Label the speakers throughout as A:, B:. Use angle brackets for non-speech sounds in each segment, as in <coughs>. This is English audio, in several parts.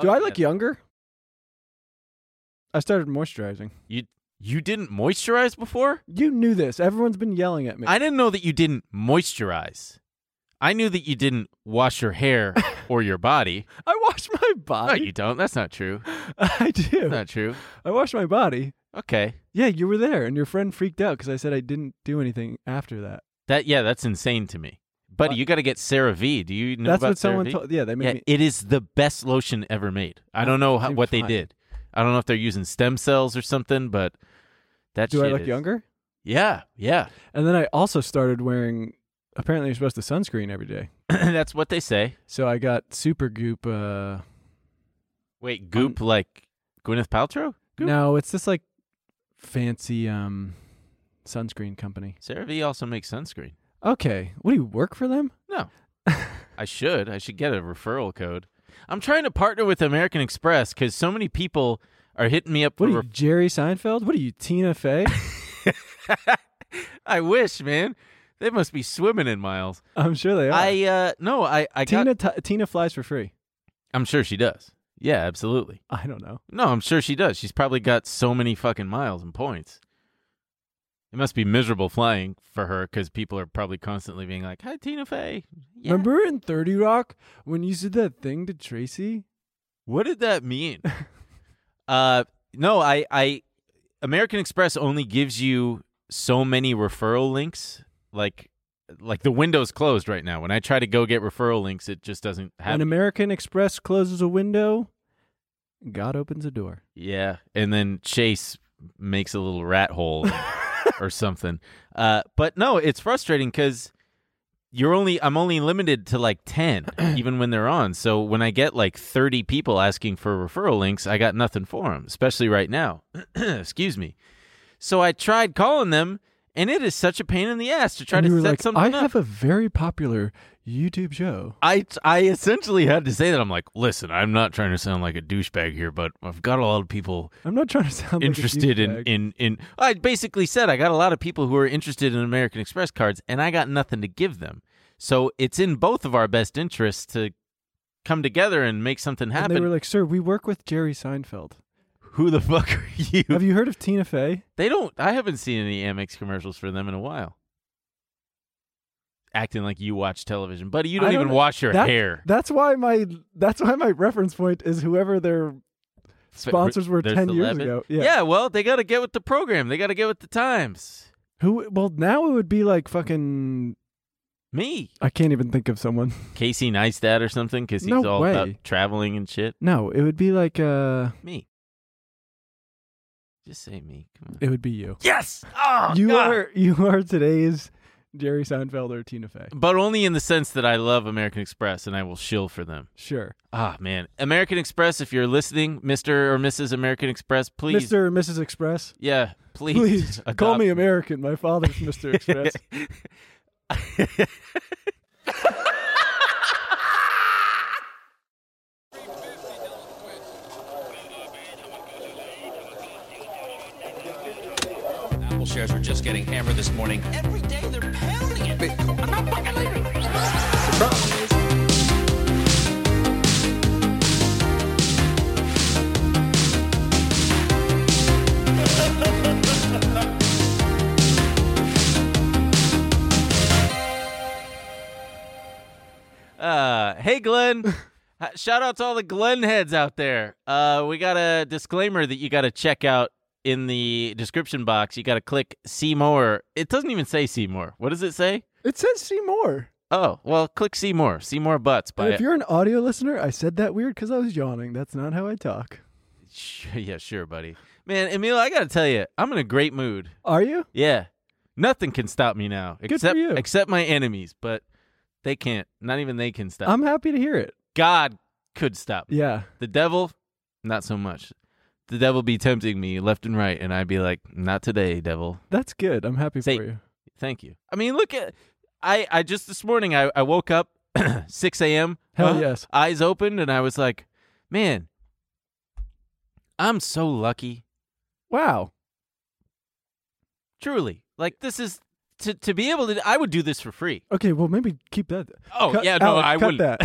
A: Do I look younger? I started moisturizing.
B: You you didn't moisturize before?
A: You knew this. Everyone's been yelling at me.
B: I didn't know that you didn't moisturize. I knew that you didn't wash your
A: <laughs>
B: hair or your body.
A: I wash my
B: No,
A: body.
B: you don't. That's not true.
A: <laughs> I do.
B: That's not
A: <laughs>
B: true.
A: I wash my body.
B: Okay.
A: Yeah, you were there, and your friend freaked out because I said I didn't do anything after that.
B: That yeah, that's insane to me. Buddy,
A: What?
B: you got to get CeraVe. Do you know
A: That's
B: about
A: what someone
B: CeraVe?
A: told. Yeah, they made
B: Yeah,
A: me.
B: it is the best lotion ever made. I don't know how,
A: Seems
B: what they
A: fine.
B: did. I don't know if they're using stem cells or something, but that
A: do I
B: shit
A: look
B: is-
A: younger?
B: Yeah, yeah. <clears throat>
A: And then I also started wearing. Apparently, you're supposed to sunscreen every day.
B: that's what they say.
A: So I got Super Goop. Uh,
B: Wait, goop like Gwyneth Paltrow? Goop.
A: no, it's this like fancy um sunscreen company.
B: CeraVe also makes sunscreen.
A: Okay, what do you work for them?
B: No. I should. I should get a referral code. I'm trying to partner with American Express because so many people are hitting me up.
A: What
B: for
A: are you,
B: ref-
A: Jerry Seinfeld? What are you, Tina
B: <laughs>
A: Fey?
B: I wish, man. They must be swimming in miles.
A: I'm sure they are.
B: I uh no, I I got.
A: Tina t- Tina flies for free.
B: I'm sure she does. Yeah, absolutely.
A: I don't know.
B: No, I'm sure she does. She's probably got so many fucking miles and points. It must be miserable flying for her because people are probably constantly being like, "Hi, Tina Fey." Yeah.
A: Remember in Thirty Rock when you said that thing to Tracy?
B: What did that mean? uh no, I I American Express only gives you so many referral links. Like like the window's closed right now. When I try to go get referral links, it just doesn't
A: When
B: happen.
A: American Express closes a window, God opens a door.
B: yeah, and then Chase makes a little rat
A: <laughs>
B: hole or something. Uh but no, it's frustrating cuz you're only I'm only limited to like
A: <clears throat>
B: 10 even when they're on. So when I get like 30 people asking for referral links, I got nothing for them, especially right now. <clears throat> Excuse me. So I tried calling them and it is such a pain in the ass to try
A: and
B: to
A: you were
B: set
A: like,
B: something
A: I
B: up.
A: have a very popular YouTube show.
B: I, I essentially had to say that I'm like, listen, I'm not trying to sound like a douchebag here, but I've got a lot of people
A: I'm not trying to sound like a
B: interested in,
A: douchebag.
B: in in I basically said I got a lot of people who are interested in American Express cards and I got nothing to give them. So it's in both of our best interests to come together and make something
A: And
B: happen.
A: they were like, "Sir, we work with Jerry Seinfeld.
B: who the <laughs> fuck are you?
A: Have you heard of Tina Fey?
B: They don't I haven't seen any Amex commercials for them in a while. Acting like you watch television. Buddy, you don't,
A: I don't
B: even
A: know.
B: wash your
A: That-
B: hair.
A: That's why my that's why my reference point is whoever their sponsors were
B: Their
A: 10 years
B: celeb-
A: ago.
B: Yeah.
A: Yeah.
B: well, they got to get with the program. They got to get with the times.
A: who. Well, now it would be like fucking.
B: Me,
A: I can't even think of someone. <laughs>
B: Casey Neistat or something, because he's
A: No
B: all
A: way.
B: about traveling and shit.
A: No, it would be like uh,
B: Me. Just say me. Come on.
A: it would be you.
B: Yes. Oh,
A: you
B: God!
A: are you are today's Jerry Seinfeld or Tina Fey.
B: But only in the sense that I love American Express and I will shill for them.
A: Sure,
B: Ah, man. American Express, if you're listening, Mr. or Mrs. American Express, please.
A: Mr. and Mrs. Express.
B: Yeah, please.
A: Please call
B: <laughs> adopt
A: me American. My father's
B: <laughs>
A: Mr. Express.
C: Apple shares are just getting hammered this morning. Every day they're pounding it. I'm not fucking leaving.
B: Uh, hey,
A: <laughs>
B: Glenn. Uh, Shout out to all the Glenn heads out there. Uh, we got a disclaimer that you got to check out in the description box. You got to click see more. It doesn't even say see more. What does it say?
A: It says see more.
B: Oh, well, click see more. See more butts.
A: And
B: By
A: if you're an audio listener, I said that weird because I was yawning. That's not how I talk.
B: <laughs> Sure- yeah, sure, buddy. Man, Emil, I got to tell you, I'm in a great mood.
A: Are you?
B: Yeah, nothing can stop me now
A: for
B: except
A: you.
B: except my enemies, but they can't. Not even they can stop.
A: I'm happy to hear it.
B: God could stop me.
A: Yeah.
B: The devil Not so much. The devil be tempting me left and right, and I'd be like, "Not today, devil."
A: That's good. I'm happy
B: Say-
A: for you.
B: Thank you. I mean, look at I. I just this morning I, I woke up <clears throat> 6 a.m.
A: Hell
B: huh,
A: yes.
B: Eyes opened, and I was like, "Man, I'm so lucky."
A: Wow.
B: Truly, like this is to to be able to. I would do this for free.
A: Okay, well maybe keep that.
B: Oh
A: Cut-
B: yeah, no,
A: Alex,
B: I
A: cut
B: wouldn't.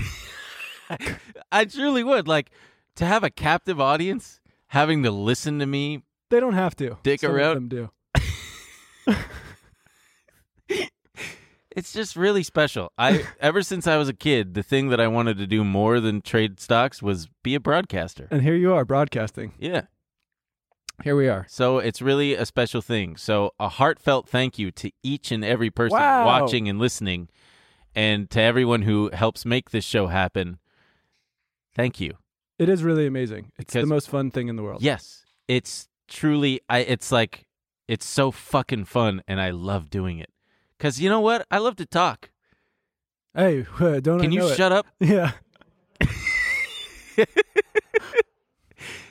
A: that.
B: I truly would like to have a captive audience having to listen to me.
A: They don't have to.
B: Dick
A: Some
B: around.
A: Of them do.
B: It's just really special.
A: <laughs>
B: I ever since I was a kid, the thing that I wanted to do more than trade stocks was be a broadcaster.
A: And here you are broadcasting.
B: Yeah.
A: Here we are.
B: So it's really a special thing. So a heartfelt thank you to each and every person
A: Wow.
B: watching and listening and to everyone who helps make this show happen. Thank you.
A: It is really amazing. It's the
B: Because-
A: most fun thing in the world.
B: Yes, it's truly. I. It's like it's so fucking fun, and I love doing it. Cause you know what? I love to talk.
A: Hey, <laughs> don't I
B: Can you
A: know it?
B: shut up?
A: <laughs> Yeah.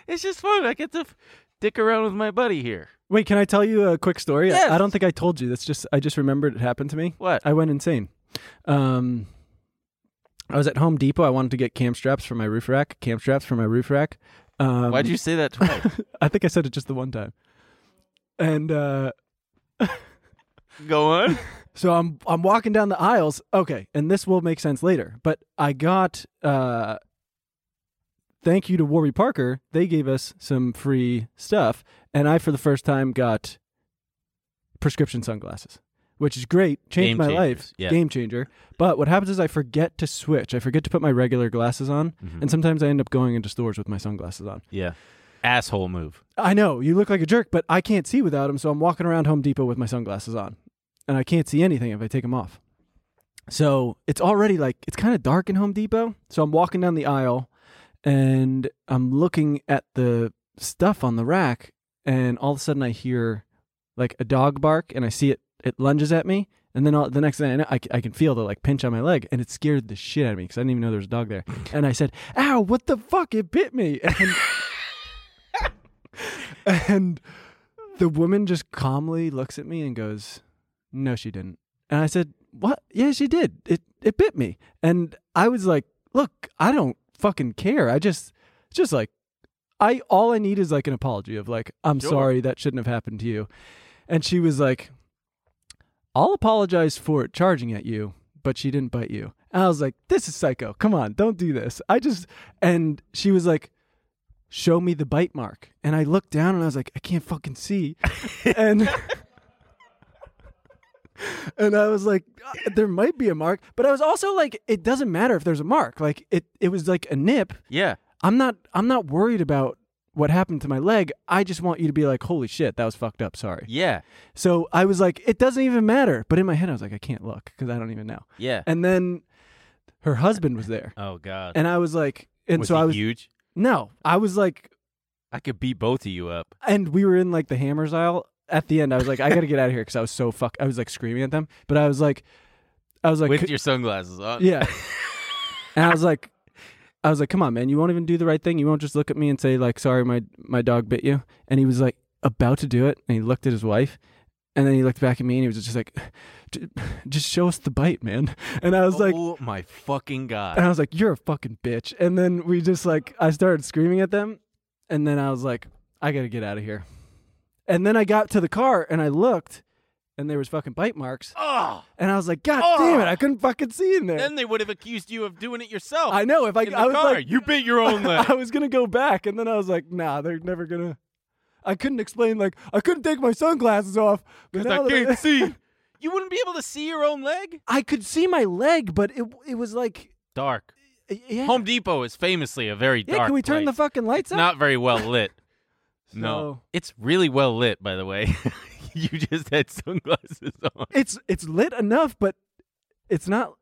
B: It's just fun. I get to f- dick around with my buddy here.
A: Wait, can I tell you a quick story? I-
B: Yes.
A: I, don't think I told you. That's just I just remembered it happened to me.
B: What?
A: I went insane. Um, I was at Home Depot. I wanted to get cam straps for my roof rack. Cam straps for my roof rack. Um,
B: Why'd you say that twice?
A: I think I said it just the one time. And uh,
B: <laughs> Go on.
A: so I'm I'm walking down the aisles. Okay, and this will make sense later. But I got uh, thank you to Warby Parker. They gave us some free stuff, and I for the first time got prescription sunglasses, which is great. Changed
B: Game
A: my
B: changers,
A: life.
B: yeah.
A: Game changer. But what happens is I forget to switch. I forget to put my regular glasses on,
B: Mm-hmm.
A: and sometimes I end up going into stores with my sunglasses on.
B: Yeah. Asshole move.
A: I know you look like a jerk, but I can't see without them. So I'm walking around Home Depot with my sunglasses on, and I can't see anything if I take them off. So it's already like it's kind of dark in Home Depot. So I'm walking down the aisle, and I'm looking at the stuff on the rack, and all of a sudden I hear like a dog bark, and I see it. It lunges at me, and then all, the next thing I know, I, c- I can feel the like pinch on my leg, and it scared the shit out of me because I didn't even know there was a dog there. And I said, "Ow! What the fuck? It bit me!" <laughs> And and the woman just calmly looks at me and goes, "No, she didn't." And I said, "What? Yeah, she did. It it bit me." And I was like, "Look, I don't fucking care. I just just like I all I need is like an apology of like, I'm
B: Sure.
A: sorry that shouldn't have happened to you." And she was like, "I'll apologize for it charging at you, but she didn't bite you." And I was like, "This is psycho. Come on, don't do this." I just and she was like, show me the bite mark. And I looked down and I was like, I can't
B: <laughs>
A: fucking see. and and I was like, "Uh, there might be a mark, but I was also like, it doesn't matter if there's a mark. Like it, it was like a nip.
B: Yeah.
A: I'm not, I'm not worried about what happened to my leg. I just want you to be like, holy shit, that was fucked up. Sorry.
B: Yeah.
A: So I was like, it doesn't even matter. But in my head, I was like, I can't look because I don't even know.
B: Yeah.
A: And then her husband was there,
B: oh God.
A: and I was like, and
B: was
A: so
B: he
A: I was
B: huge.
A: no, I was like
B: I could beat both of you up.
A: and we were in like the hammers aisle at the end i was like i gotta get out of here because i was so fuck i was like screaming at them but i was like i was like
B: with your sunglasses on.
A: yeah
B: <laughs>
A: and i was like i was like come on man you won't even do the right thing you won't just look at me and say like sorry my my dog bit you and he was like about to do it and he looked at his wife and then he looked back at me and he was just like "J- just show us the bite man and i was like
B: oh my fucking god.
A: and I was like, "You're a fucking bitch." And then we just like I started screaming at them, and then I was like, "I gotta get out of here." And then I got to the car and I looked, and there was fucking bite marks,
B: oh.
A: and I was like, "God
B: Oh.
A: damn it! I couldn't fucking see in there."
B: Then they would have accused you of doing it yourself.
A: I know if I,
B: in the
A: I was
B: car.
A: like,
B: you bit your
A: <laughs>
B: own leg.
A: I was gonna go back, and then I was like, "Nah, they're never gonna." I couldn't explain like I couldn't take my sunglasses off but
B: I
A: now that-
B: can't see. You wouldn't be able to see your own leg.
A: <laughs> I could see my leg, but it it was like eh,
B: Dark.
A: yeah.
B: Home Depot is famously a very
A: yeah,
B: dark.
A: can we turn the
B: place.
A: fucking lights
B: It's
A: out?
B: not very well <laughs> lit. No,
A: So-
B: it's really well lit, by the
A: <laughs>
B: way. you just had sunglasses on.
A: It's it's lit enough, but it's not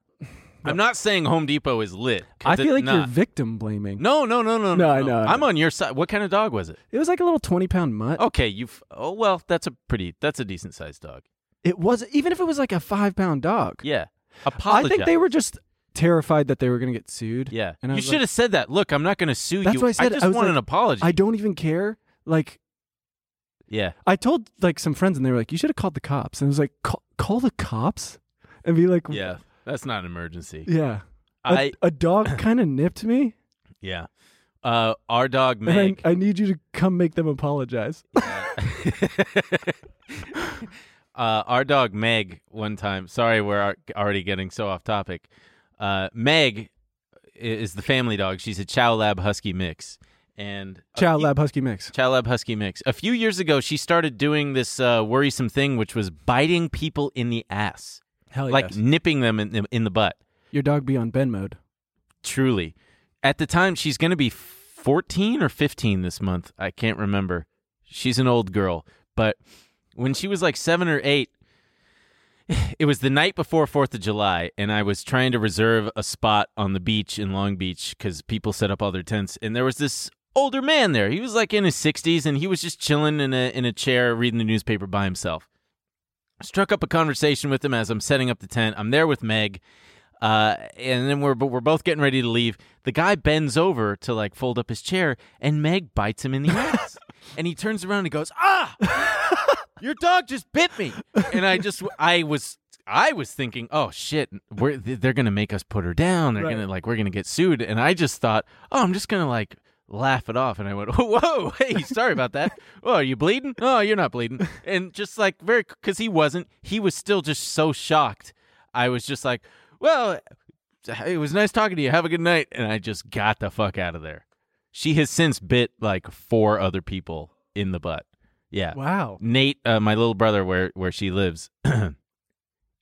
B: I'm not saying Home Depot is lit. 'cause
A: I feel
B: it's
A: like you're
B: not.
A: victim blaming.
B: No, no, no, no, no.
A: No, I know, I
B: I'm
A: know.
B: on your side. What kind of dog was it?
A: It was like a little twenty pound mutt.
B: Okay, you. have Oh well, that's a pretty. That's a decent sized dog.
A: It was even if it was like a five pound dog.
B: Yeah.
A: I
B: Apologize.
A: think they were just terrified that they were going to get sued.
B: Yeah.
A: And I
B: you
A: was
B: should
A: like-
B: have said that. Look, I'm not going to sue
A: That's
B: you.
A: what I said.
B: just
A: I was
B: want
A: like,
B: an apology.
A: I don't even care. Like <laughs>
B: yeah.
A: I told like some friends, and they were like, "You should have called the cops." And I was like, "Call, call the cops," and be like,
B: Yeah. That's not an emergency.
A: yeah." A-
B: I <coughs>
A: a dog kind of nipped me,
B: yeah. Uh, our dog
A: and
B: Meg.
A: I, I need you to come make them apologize.
B: <laughs> uh, our dog Meg one time. Sorry, we're ar- already getting so off topic. Uh, Meg i- is the family dog. She's a Chow Lab Husky mix, and a
A: Chow
B: few-
A: Lab Husky Mix.
B: Chow Lab Husky mix. A few years ago, she started doing this uh, worrisome thing, which was biting people in the ass,
A: Hell
B: like nipping them in the, in the butt.
A: Your dog be on Ben mode.
B: Truly, at the time, she's going to be fourteen or fifteen this month. I can't remember. She's an old girl, but when she was like seven or eight, <sighs> it was the night before Fourth of July, and I was trying to reserve a spot on the beach in Long Beach because people set up all their tents, and there was this older man there. He was like in his sixties, and he was just chilling in a in a chair reading the newspaper by himself. Struck up a conversation with him as I'm setting up the tent. I'm there with Meg, uh, and then we're but we're both getting ready to leave. The guy bends over to like fold up his chair, and Meg bites him in the ass, and he turns around and goes, "Ah!" your dog just bit me and i just i was i was thinking oh shit we're, they're gonna make us put her down they're
A: Right.
B: gonna like we're gonna get sued and i just thought oh i'm just gonna like laugh it off and i went <laughs> whoa hey sorry about that oh are you bleeding oh you're not bleeding and just like very because he wasn't he was still just so shocked i was just like well it was nice talking to you have a good night and i just got the fuck out of there she has since bit like four other people in the butt yeah
A: Wow.
B: Nate, uh, my little brother, where where she lives, <clears throat>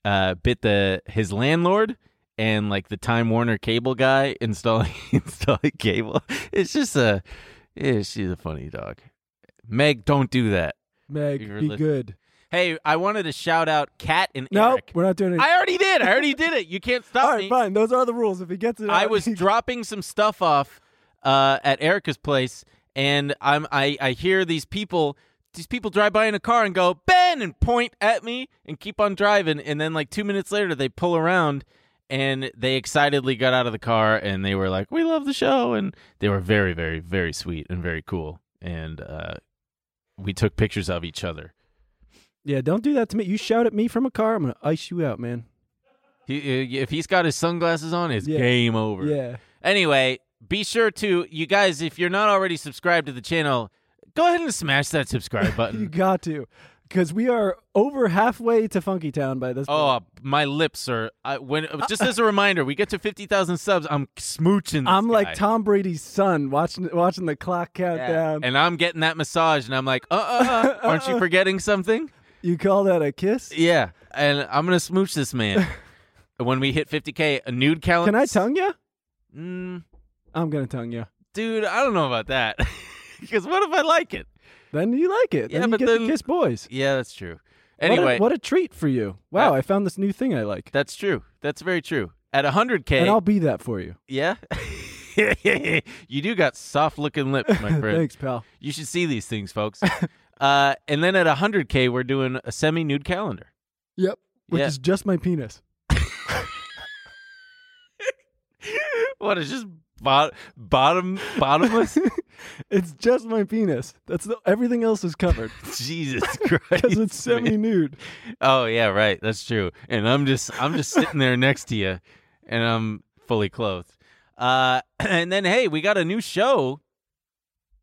B: uh, bit the his landlord and like the Time Warner cable guy <laughs> installing installing cable. It's just a, yeah, she's a funny dog. Meg, don't do that.
A: Meg,
B: You're
A: be
B: li-
A: good.
B: Hey, I wanted to shout out Kat and
A: No,
B: Eric.
A: we're not doing it.
B: I already did. I already did it. You can't stop
A: All right,
B: me.
A: fine. Those are the rules. If he gets it,
B: I
A: out-
B: was
A: <laughs>
B: dropping some stuff off uh, at Erica's place, and I'm I, I hear these people these people drive by in a car and go Ben and point at me and keep on driving, and then like two minutes later they pull around and they excitedly got out of the car and they were like we love the show and they were very very very sweet and very cool and uh, we took pictures of each other.
A: Yeah, don't do that to me. You shout at me from a car, I'm gonna ice you out, man.
B: He, if he's got his sunglasses on, it's
A: Yeah.
B: game over.
A: Yeah.
B: Anyway, be sure to you guys if you're not already subscribed to the channel, go ahead and smash that
A: <laughs>
B: subscribe
A: You
B: button.
A: got to, because we are over halfway to Funky Town by this.
B: oh, my lips are I, when just as a reminder, we get to 50,000 subs, I'm smooching this
A: I'm
B: guy.
A: like Tom Brady's son watching watching the clock count down.
B: and I'm getting that massage and I'm like, "Uh
A: <laughs>
B: uh, uh aren't you forgetting something?"
A: you call that a kiss?
B: Yeah. And I'm going to smooch this
A: <laughs>
B: man. when we hit 50k, a nude calendar.
A: Can I tongue you?
B: Mm,
A: I'm gonna tongue you.
B: dude, I don't know about that. <laughs> Cuz what if I like it?
A: Then you like it.
B: Yeah,
A: then you
B: but
A: get
B: then-
A: to kiss boys.
B: Yeah, that's true.
A: What a-
B: Anyway,
A: what a, treat for you! Wow, I found this new thing I like,
B: that's true. That's very true. At 100k,
A: and I'll be that for you.
B: Yeah. <laughs> you do got soft looking lips,
A: <laughs>
B: my friend.
A: Thanks, pal.
B: You should see these things, folks. uh, and then at 100K, we're doing a semi nude calendar.
A: Yep. Which
B: Yeah.
A: is just my penis.
B: What is just bot- bottom
A: <laughs>
B: bottomless?
A: It's just my penis. That's the, everything else
B: <laughs>
A: is covered <laughs>
B: Jesus Christ.
A: because it's
B: man.
A: semi nude.
B: Oh yeah, right. That's true. And I'm just I'm just sitting there next to you, and I'm fully clothed. Uh, <clears throat> and then hey, we got a new show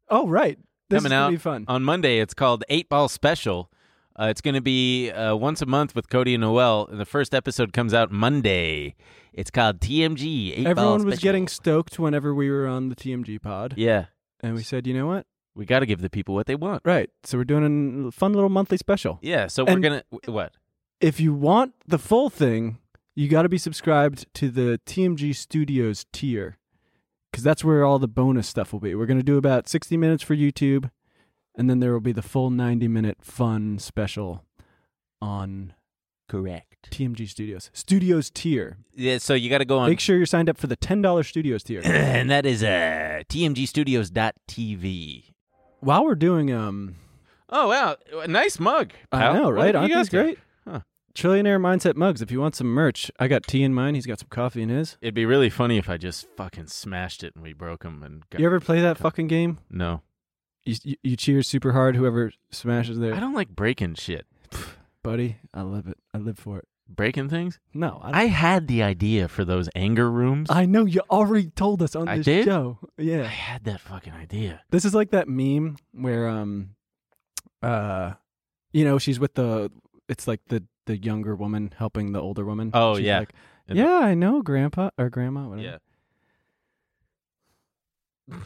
A: Oh right, this
B: coming
A: is gonna
B: out Oh,
A: be fun.
B: on Monday. It's called Eight Ball Special. Uh, it's going to be uh, once a month with Cody and Noel. And the first episode comes out Monday. It's called TMG. Eight Ball
A: Everyone was
B: Special.
A: getting stoked whenever we were on the TMG pod,
B: Yeah,
A: and we said, you know what?
B: we got to give the people what they want.
A: Right. So we're doing a fun little monthly special.
B: Yeah, so
A: And-
B: we're gonna w- what?
A: If you want the full thing, you got to be subscribed to the TMG Studios tier, because that's where all the bonus stuff will be. We're gonna do about sixty minutes for YouTube, and then there will be the full ninety-minute fun special on
B: Correct.
A: TMG Studios Studios tier.
B: Yeah, so you got to go on,
A: Make sure you're signed up for the ten dollars Studios tier.
B: <clears throat> and that is uh, TMGstudios.tv.
A: While we're doing um,
B: Oh wow, a nice mug.
A: I
B: pal.
A: know,
B: What
A: right?
B: have
A: Aren't
B: you guys
A: these great?
B: got? Huh.
A: Trillionaire Mindset Mugs. If you want some merch, I got tea in mine. He's got some coffee in his.
B: It'd be really funny if I just fucking smashed it and we broke them and got,
A: You ever play that fucking game?
B: no.
A: You, you, you cheer super hard, whoever smashes
B: I
A: their
B: don't like breaking shit.
A: buddy. I love it. I live for it.
B: Breaking things.
A: No, I,
B: I had the idea for those anger rooms.
A: I know you already told us on
B: I
A: this
B: did?
A: show.
B: I
A: Yeah.
B: had that fucking idea.
A: This is like that meme where um uh you know, she's with the it's like the the younger woman helping the older woman.
B: Oh,
A: She's
B: yeah.
A: like,
B: And-
A: yeah, I know, grandpa or grandma, whatever.
B: Yeah. <laughs>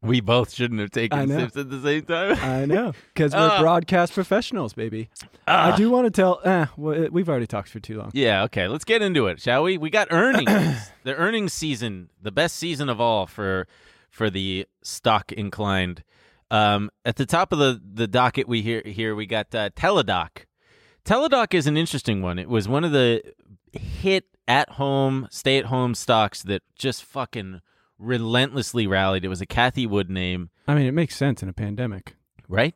B: we both shouldn't have
A: I
B: taken
A: know.
B: sips at the same time.
A: I know, because we're
B: Ah.
A: broadcast professionals, baby. I do want to tell. Eh, well, it- we've already talked for too long.
B: Yeah, okay. Let's get into it, shall we? We got earnings. the earnings season, the best season of all for for the stock inclined. Um, at the top of the the docket, we hear here we got uh, Teledoc. Teledoc is an interesting one. It was one of the hit at home, stay at home stocks that just fucking relentlessly rallied. It was a Kathy Wood name,
A: I mean, it makes sense in a pandemic.
B: right?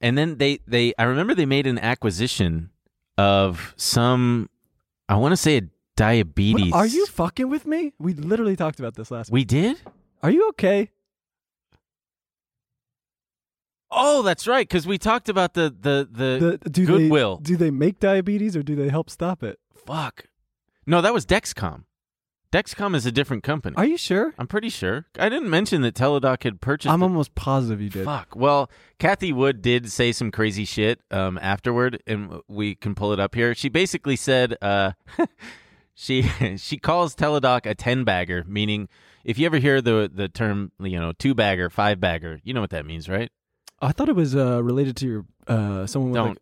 B: And then they they I remember they made an acquisition of some I want to say a diabetes.
A: What, are you fucking with me? We literally talked about this last. week.
B: We did?
A: Are you okay?
B: Oh, that's right cuz we talked about the the the,
A: The- do
B: Uh, Goodwill.
A: They, do they make diabetes or do they help stop it?
B: fuck. No, that was Dexcom. Dexcom is a different company.
A: Are you sure?
B: I'm pretty sure. I didn't mention that Teledoc had purchased
A: I'm
B: it.
A: almost positive you did.
B: Fuck. Well, Kathy Wood did say some crazy shit um, afterward, and we can pull it up here. She basically said uh, <laughs> she <laughs> she calls Teledoc a ten bagger, meaning if you ever hear the the term you know two bagger, five bagger, you know what that means, right?
A: I thought it was uh, related to your uh, someone with
B: Don't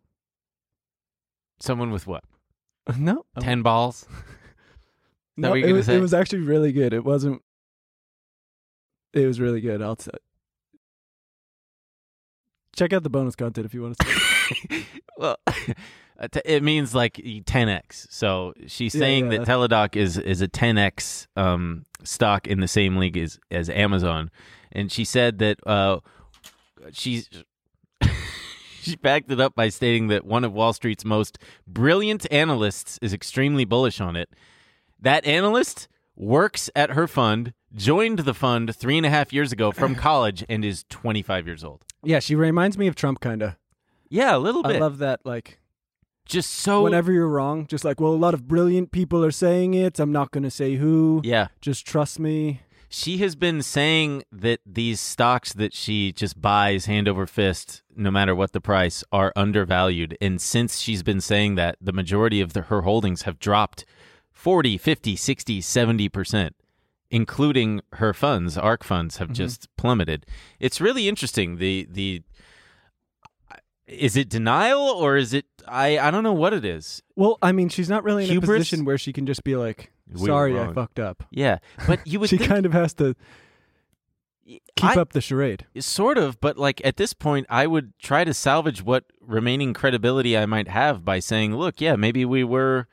B: someone with what
A: like- <laughs> no Oh.
B: ten balls? that
A: No,
B: what you're
A: it
B: gonna
A: was-
B: say?
A: It was actually really good. It wasn't. It was really good. I'll t- check out the bonus content if you want to. See.
B: well, <laughs> a te- it means like 10x. So she's
A: Yeah,
B: saying
A: yeah,
B: that Teledoc is is a 10x um, stock in the same league as as Amazon, and she said that uh, she's. <laughs> She backed it up by stating that one of Wall Street's most brilliant analysts is extremely bullish on it. That analyst works at her fund, joined the fund three and a half years ago <clears throat> from college, and is 25 years old.
A: yeah, she reminds me of Trump, kind of.
B: Yeah, a little bit.
A: I love that. Like
B: Just so
A: whenever you're wrong, just like well, a lot of brilliant people are saying it. I'm not going to say who.
B: Yeah.
A: Just trust me.
B: She has been saying that these stocks that she just buys hand over fist, no matter what the price, are undervalued. And since she's been saying that, the majority of the, her holdings have dropped 40, 50, 60, 70%, including her funds, ARC funds,
A: Mm-hmm.
B: have just plummeted. It's really interesting. The, the, is it denial or is it I, I don't know what it is.
A: Well, I mean, she's not really in
B: Hubris?
A: a position where she can just be like,
B: We were
A: "Sorry, I
B: wrong."
A: fucked up."
B: Yeah, but you would
A: She
B: think
A: kind of has to keep
B: I-
A: up the charade.
B: Sort of, but like at this point, I would try to salvage what remaining credibility I might have by saying, "Look, yeah, maybe we were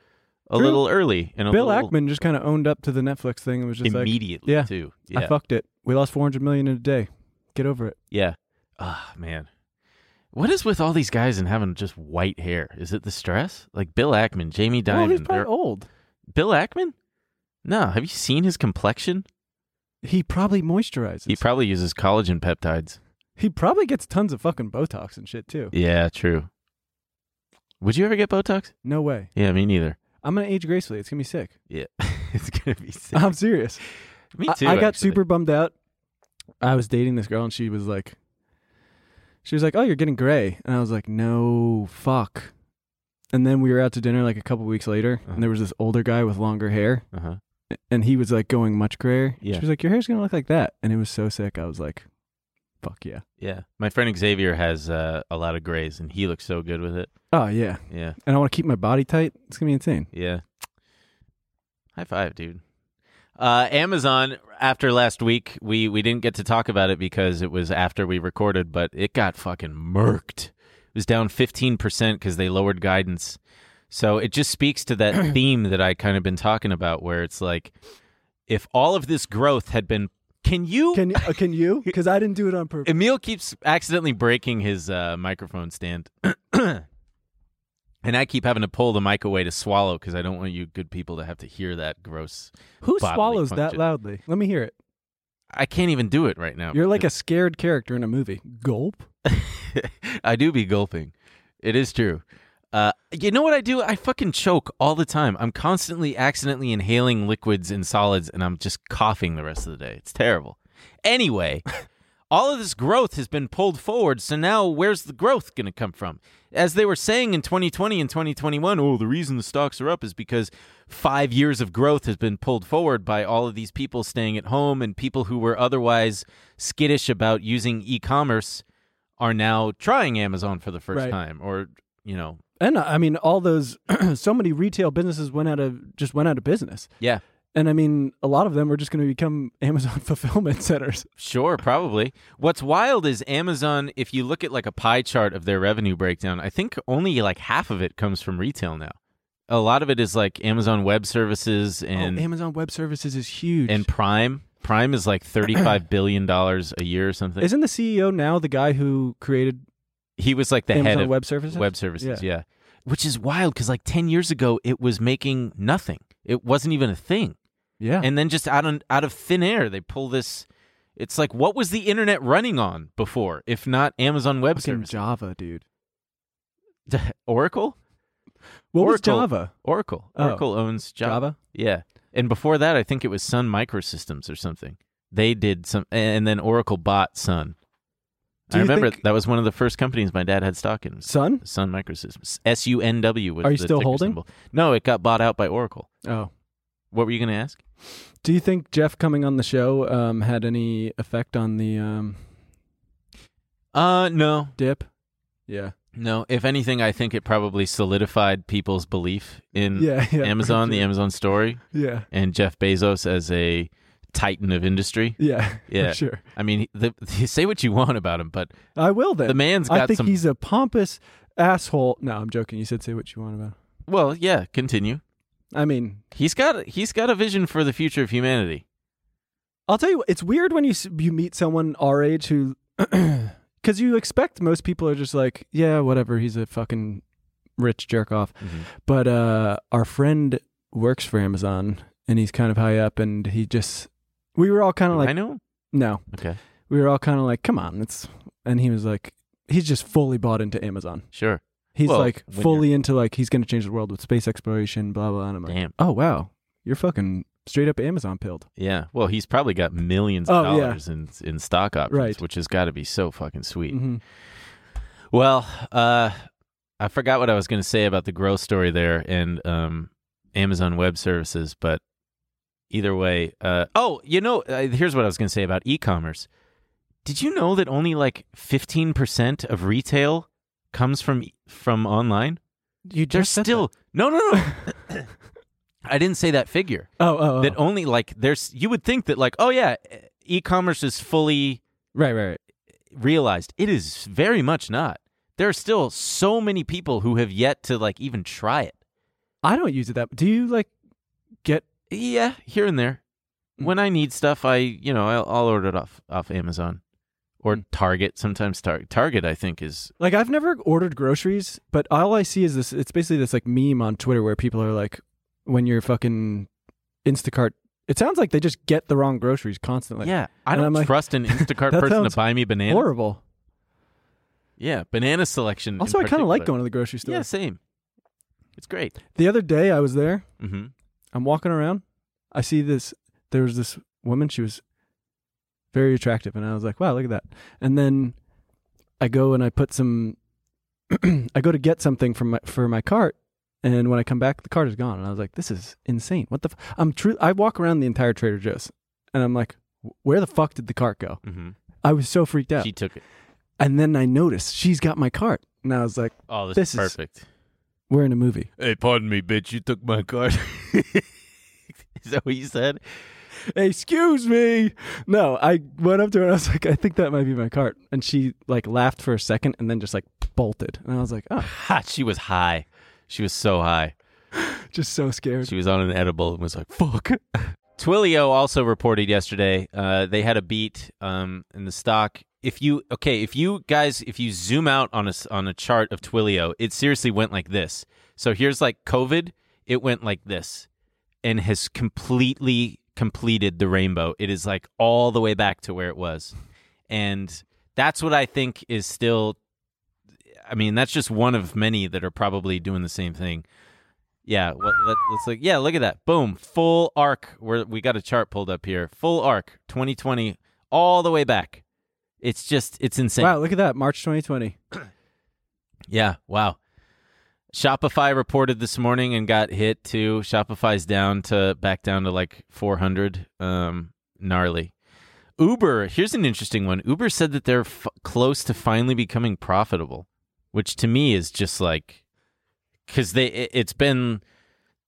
B: a
A: True.
B: little early." And a
A: Bill
B: little
A: Ackman just kind of owned up to the Netflix thing and was just like,
B: immediately
A: yeah,
B: too. Yeah,
A: I fucked it. We lost 400 million in a day. Get over it.
B: yeah. Ah, man, what is with all these guys and having just white hair? Is it the stress? Like Bill Ackman, Jamie Dimon,
A: Well, he's probably
B: they're-
A: old.
B: Bill Ackman. No, have you seen his complexion?
A: He probably moisturizes.
B: He probably uses collagen peptides.
A: he probably gets tons of fucking Botox and shit too.
B: Yeah, true. Would you ever get Botox?
A: No way.
B: Yeah, me neither.
A: I'm gonna age gracefully. It's gonna be sick.
B: Yeah, <laughs> it's gonna be sick.
A: I'm serious.
B: Me
A: I-
B: too.
A: I, got
B: actually.
A: super bummed out. I was dating this girl and she was like, she was like, "Oh, you're getting gray," and I was like, "No, fuck." And then we were out to dinner like a couple weeks later,
B: Uh-huh.
A: and there was this older guy with longer hair,
B: Uh-huh.
A: and he was like going much grayer.
B: Yeah.
A: She was like, "Your hair's gonna look like that," and it was so sick. I was like, "Fuck yeah!"
B: Yeah. My friend Xavier has uh, a lot of grays, and he looks so good with it.
A: Oh yeah.
B: Yeah.
A: and I want to keep my body tight, it's gonna be insane.
B: Yeah. High five, dude. Uh, Amazon, after last week, we, we didn't get to talk about it because it was after we recorded, but it got fucking murked. It was down 15% because they lowered guidance. So it just speaks to
A: <clears throat>
B: that theme that I kind of been talking about where it's like, if all of this growth had been. Can you.
A: Can uh, can <laughs> you? Because I didn't do it on purpose.
B: Emil keeps accidentally breaking his uh, microphone stand. <clears throat> And I keep having to pull the mic away to swallow because I don't want you good people to have to hear that gross.
A: Who
B: bodily
A: swallows that
B: function.
A: loudly? Let me hear it.
B: I can't even do it right now.
A: You're like a scared character in a movie. Gulp.
B: <laughs> I do be gulping. It is true. Uh, you know what I do? I fucking choke all the time. I'm constantly accidentally inhaling liquids and solids, and I'm just coughing the rest of the day. It's terrible. Anyway, all of this growth has been pulled forward, so now where's the growth going to come from? As they were saying in 2020 and 2021, oh, the reason the stocks are up is because five years of growth has been pulled forward by all of these people staying at home and people who were otherwise skittish about using e commerce are now trying Amazon for the first
A: Right.
B: time, or you know,
A: And uh, I mean, all those <clears throat> so many retail businesses went out of just went out of business.
B: yeah,
A: And I mean, a lot of them are just going to become <laughs> Amazon fulfillment centers.
B: sure, probably. What's wild is Amazon. If you look at like a pie chart of their revenue breakdown, I think only like half of it comes from retail now. A lot of it is like Amazon Web Services and
A: oh, Amazon Web Services is huge.
B: and Prime. Prime is like
A: <clears throat>
B: thirty-five billion dollars a year or something.
A: isn't the CEO now the guy who created
B: he was like the head
A: Amazon
B: of
A: Web Services?
B: Web Services, yeah. Which is wild because like ten years ago, it was making nothing. It wasn't even a thing.
A: yeah.
B: and then just out on out of thin air they pull this it's like what was the internet running on before if not amazon web
A: Fucking
B: services
A: Java, dude.
B: oracle
A: What was
B: Oracle.
A: Java?
B: oracle
A: Oh.
B: oracle owns java. yeah and before that i think it was sun microsystems or something they did some and then oracle bought sun
A: Do
B: i
A: you
B: remember
A: think-
B: that was one of the first companies my dad had stock in
A: Sun?
B: sun microsystems s-u-n-w was
A: Are you
B: the
A: still
B: ticker
A: holding?
B: symbol. no it got bought out by oracle
A: Oh.
B: what were you going to ask
A: Do you think Jeff coming on the show um, had any effect on the um,
B: uh no
A: dip? Yeah.
B: No, if anything, I think it probably solidified people's belief in
A: Yeah. yeah
B: Mm.
A: <laughs>
B: Amazon, the Amazon story,
A: Yeah.
B: and Jeff Bezos as a titan of industry.
A: Yeah. <laughs>
B: Yeah.
A: For sure.
B: I mean, the, <laughs> say what you want about him, but
A: I will then.
B: the man's
A: I
B: got
A: think
B: some.
A: he's a pompous asshole. No, I'm joking. You said say what you want about him.
B: Well, yeah, continue.
A: I mean,
B: He's got he's got a vision for the future of humanity.
A: I'll tell you, what, it's weird when you s- you meet someone our age who, <clears throat> because you expect most people are just like, yeah, whatever, he's a fucking rich jerk off.
B: Mhm.
A: But uh, our friend works for Amazon, and he's kind of high up, and he just, we were all kind of
B: I
A: like,
B: know.
A: no,
B: Okay,
A: we were all kind of like, come on, it's, and he was like, he's just fully bought into Amazon.
B: sure.
A: He's
B: Well,
A: like
B: when you're-
A: fully into like he's going to change the world with space exploration, blah blah. And I'm like,
B: Damn.
A: oh wow, you're fucking straight up Amazon pilled.
B: Yeah. Well, he's probably got millions of
A: Oh, yeah.
B: dollars in in stock options,
A: Right.
B: which has got to be so fucking sweet.
A: hmm
B: Well, uh, I forgot what I was going to say about the growth story there and um, Amazon Web Services, but either way, uh, oh, you know, uh, here's what I was going to say about e-commerce. Did you know that only like 15% of retail comes from e, from online?
A: You
B: There's
A: just said that.
B: still no, no, no.
A: <coughs>
B: <coughs> I didn't say that figure
A: Oh, oh, oh.
B: that only like there's you would think that like oh yeah e-commerce is fully
A: right, right, right.
B: realized it is very much not there are still so many people who have yet to like even try it
A: I don't use it that. Do you like get?
B: yeah here and there
A: Hmm.
B: when i need stuff i you know i'll, I'll order it off off amazon or
A: Hmm.
B: target sometimes tar- target i think is
A: Like I've never ordered groceries, but all I see is this. It's basically this like meme on Twitter where people are like, when you're fucking Instacart. It sounds like they just get the wrong groceries constantly.
B: yeah i
A: and
B: don't
A: I'm like,
B: trust
A: <laughs>
B: an instacart
A: that
B: person to
A: sounds
B: buy me bananas
A: horrible.
B: yeah banana selection in
A: Also, I kind of like
B: particular.
A: going to the grocery store.
B: yeah same it's great
A: The other day I was there.
B: mm-hmm.
A: I'm walking around. I see this. There was this woman. She was very attractive, and I was like, "Wow, look at that!" And then I go and I put some. <clears throat> I go to get something from my, for my cart, and when I come back, the cart is gone. And I was like, "This is insane! What the? F-? I'm true. I walk around the entire Trader Joe's, and I'm like, "Where the fuck did the cart go?"
B: Mm-hmm.
A: I was so freaked out.
B: she took it
A: and then I noticed she's got my cart, and I was like,
B: oh this,
A: This
B: is
A: is-
B: perfect
A: "We're in a movie."
B: Hey, pardon me, bitch. You took my card. <laughs> Is that what you said?
A: excuse me no i went up to her and i was like i think that might be my cart and she like laughed for a second and then just like bolted and i was like oh
B: Ha, she was high. She was so high.
A: just so scared
B: She was on an edible and was like, fuck. <laughs> Twilio also reported yesterday uh, they had a beat um, in the stock if you okay, if you guys if you zoom out on a s- on a chart of Twilio, it seriously went like this. So here's like COVID, it went like this and has completely completed the rainbow. It is like all the way back to where it was. And that's what I think is still I mean, that's just one of many that are probably doing the same thing. Yeah, what, let, let's look. Yeah, look at that. Boom, full arc. We're, we got a chart pulled up here. Full arc, 2020, all the way back. It's just, it's insane.
A: Wow, look at that. March 2020.
B: Yeah, wow. Shopify reported this morning and got hit too. Shopify's down to back down to like 400. Um, gnarly. Uber, here's an interesting one. Uber said that they're f- close to finally becoming profitable, which to me is just like because they it, it's been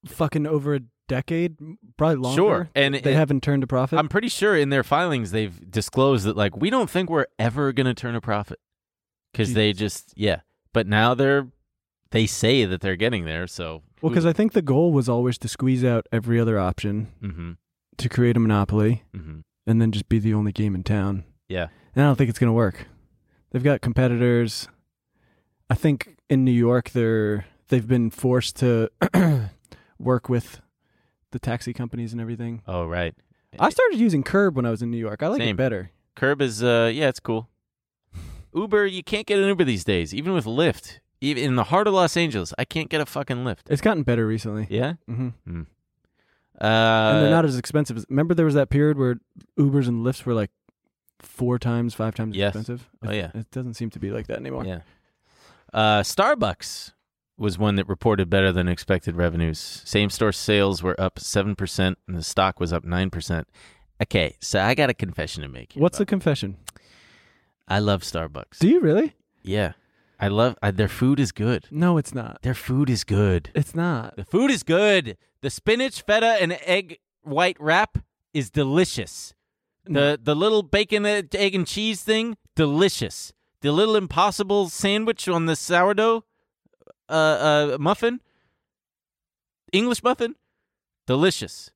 A: Fucking over a decade, m- probably longer.
B: sure and
A: They
B: it-
A: haven't turned a profit.
B: I'm pretty sure in their filings they've disclosed that like we don't think we're ever going to turn a profit because they just yeah. But now they're they say that they're getting there. So
A: well, because I think the goal was always to squeeze out every other option
B: hmm
A: to create a monopoly
B: hmm
A: and then just be the only game in town.
B: yeah
A: And I don't think it's going to work. They've got competitors. I think in New York they're they've been forced to <clears throat> work with the taxi companies and everything.
B: oh right
A: I started using Curb when I was in New York. I like
B: Same.
A: it better.
B: Curb is uh yeah, it's
A: <laughs>
B: cool. Uber, you can't get an Uber these days, even with Lyft. Even in the heart of Los Angeles, I can't get a fucking Lyft.
A: It's gotten better recently.
B: Yeah,
A: hmm
B: uh,
A: and they're not as expensive. as Remember, there was that period where Ubers and Lyfts were like four times, five times
B: Yes.
A: expensive.
B: Oh,
A: It-
B: yeah.
A: it doesn't seem to be like that anymore.
B: yeah. Uh, Starbucks was one that reported better than expected revenues. Same store sales were up seven percent, and the stock was up nine percent. Okay, so I got a confession to make. Here
A: What's the confession?
B: I love Starbucks.
A: Do you really?
B: yeah, I love I, their food is good.
A: No, it's not.
B: Their food is good.
A: It's not.
B: The food is good. The spinach, feta, and egg white wrap is delicious. The the little bacon, e- egg, and cheese thing, delicious. The little impossible sandwich on the sourdough uh, uh, muffin, English muffin, delicious.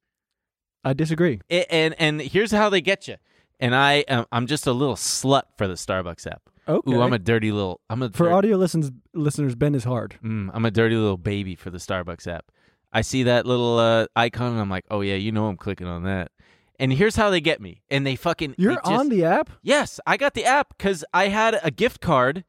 A: I disagree.
B: A- and and here's how they get you. And I am I'm just a little slut for the Starbucks app.
A: Okay.
B: Ooh, I'm a dirty little. I'm a
A: For
B: dir-
A: audio listens, listeners, Ben is hard.
B: Mm, I'm a dirty little baby for the Starbucks app. I see that little uh, icon and I'm like, oh yeah, you know I'm clicking on that. And here's how they get me. And they fucking
A: You're
B: it just-
A: on the app.
B: yes, I got the app because I had a gift card.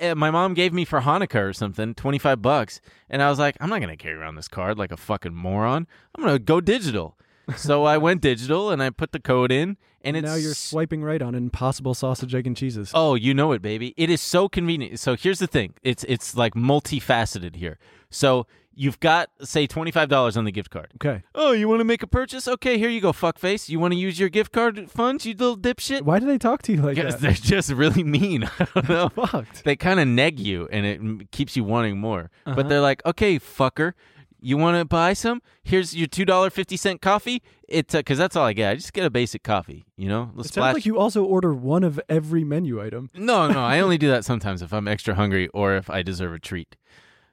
B: uh, My mom gave me for Hanukkah or something, twenty five bucks, and I was like, I'm not gonna carry around this card like a fucking moron. I'm gonna go digital.
A: <laughs>
B: so I went digital and I put the code in, and it's
A: now you're swiping right on impossible sausage, egg, and cheeses.
B: Oh, you know it, baby. It is so convenient. So here's the thing. It's it's like multifaceted here. So you've got say twenty five dollars on the gift card.
A: Okay.
B: Oh, you want to make a purchase? Okay, here you go, fuckface. You want to use your gift card funds, you little dipshit?
A: Why do they talk to you like
B: Because
A: that?
B: they're just really mean. <laughs> I don't know.
A: Fucked.
B: They kind of neg you, and it m- keeps you wanting more.
A: Uh-huh.
B: But they're like, okay, fucker. You want to buy some? Here's your two dollar fifty cent coffee. It's because that's all I get. I just get a basic coffee, you know. A
A: It sounds like you also order one of every menu item.
B: No, no, I only do that sometimes if I'm extra hungry or if I deserve a treat,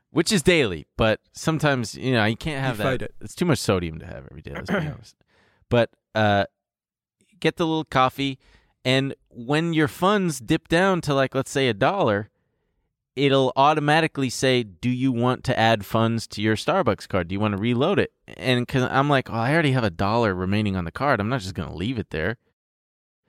B: which is daily. But sometimes you know you can't have that.
A: fight it.
B: It's too much sodium to have every day.
A: <clears throat>
B: Let's be honest. But uh, get the little coffee, and when your funds dip down to like let's say a dollar, it'll automatically say, "Do you want to add funds to your Starbucks card? Do you want to reload it?" And because I'm like, "Oh, I already have a dollar remaining on the card. I'm not just gonna leave it there."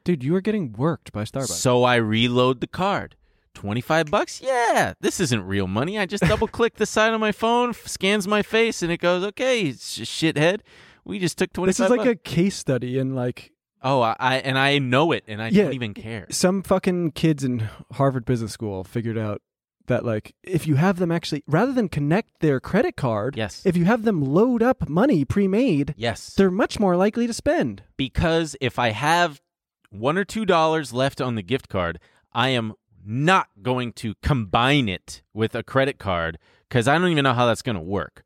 A: Dude, you are getting worked by Starbucks.
B: So I reload the card. 25 bucks? Yeah, this isn't real money. I just double click the side of my phone, f- scans my face, and it goes, okay, sh- shithead. We just took 25
A: this is like
B: bucks.
A: a case study in like
B: Oh, I, I and I know it, and I
A: Yeah.
B: don't even care.
A: some fucking kids in Harvard Business School figured out that like if you have them actually rather than connect their credit card,
B: Yes.
A: if you have them load up money pre-made,
B: Yes.
A: they're much more likely to spend.
B: because if I have one or two dollars left on the gift card, I am not going to combine it with a credit card because I don't even know how that's going to work.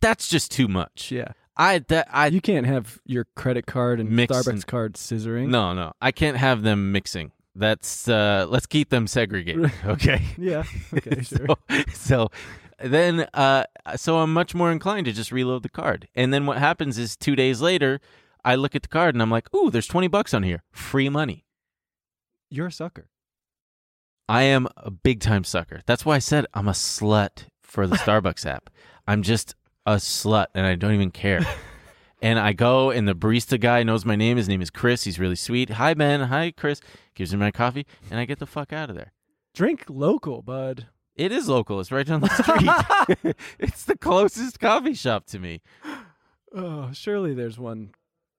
B: That's just too much.
A: Yeah.
B: I, that, I,
A: You can't have your credit card and
B: Mix
A: Starbucks
B: and-
A: card scissoring.
B: No, no, I can't have them mixing. That's uh, let's keep them segregated. Okay. <laughs>
A: Yeah. Okay, sure.
B: so, so then, uh, so I'm much more inclined to just reload the card. And then what happens is two days later, I look at the card and I'm like, "Ooh, there's twenty bucks on here, free money."
A: You're a sucker.
B: I am a big time sucker. That's why I said I'm a slut for
A: <laughs>
B: the Starbucks app. I'm just a slut and I don't even
A: <laughs>
B: care. and I go and the barista guy knows my name. His name is Chris. He's really sweet. Hi Ben. Hi Chris. Gives me my coffee and I get the fuck out of there.
A: Drink local, bud.
B: It is local. It's right down the
A: <laughs>
B: street. <laughs> it's the closest coffee shop to me.
A: Oh, surely there's one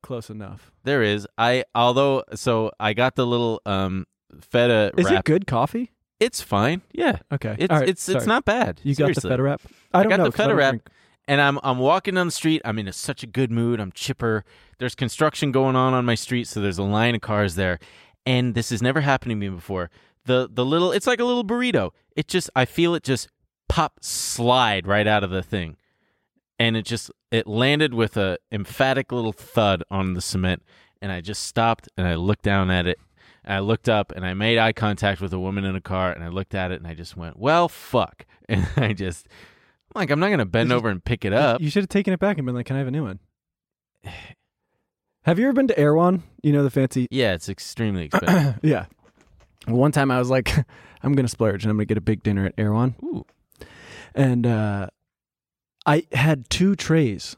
A: close enough.
B: There is. I although so I got the little um feta
A: Is
B: wrap.
A: it good coffee?
B: It's fine. Yeah.
A: Okay.
B: It's
A: All right,
B: it's
A: sorry.
B: it's not bad.
A: You got the
B: Seriously.
A: feta wrap. I don't
B: got
A: know.
B: the
A: 'cause I
B: feta
A: don't
B: wrap.
A: drink-
B: and I'm I'm walking down the street. I'm in a, such a good mood. I'm chipper. There's construction going on on my street, so there's a line of cars there, and this has never happened to me before. The the little it's like a little burrito. It just I feel it just pop slide right out of the thing, and it just it landed with a emphatic little thud on the cement, and I just stopped and I looked down at it. And I looked up and I made eye contact with a woman in a car and I looked at it and I just went, "Well, fuck." <laughs> And I just I'm like I'm not going to bend
A: Did you-
B: over and pick it up.
A: You should have taken it back and been like, "Can I have a new one?" <sighs> have you ever been to Erewhon? You know the fancy.
B: Yeah, it's extremely
A: <clears throat>
B: expensive.
A: Yeah. One time I was like, "I'm gonna splurge and I'm gonna get a big dinner at Erewhon,"
B: Ooh.
A: and uh, I had two trays,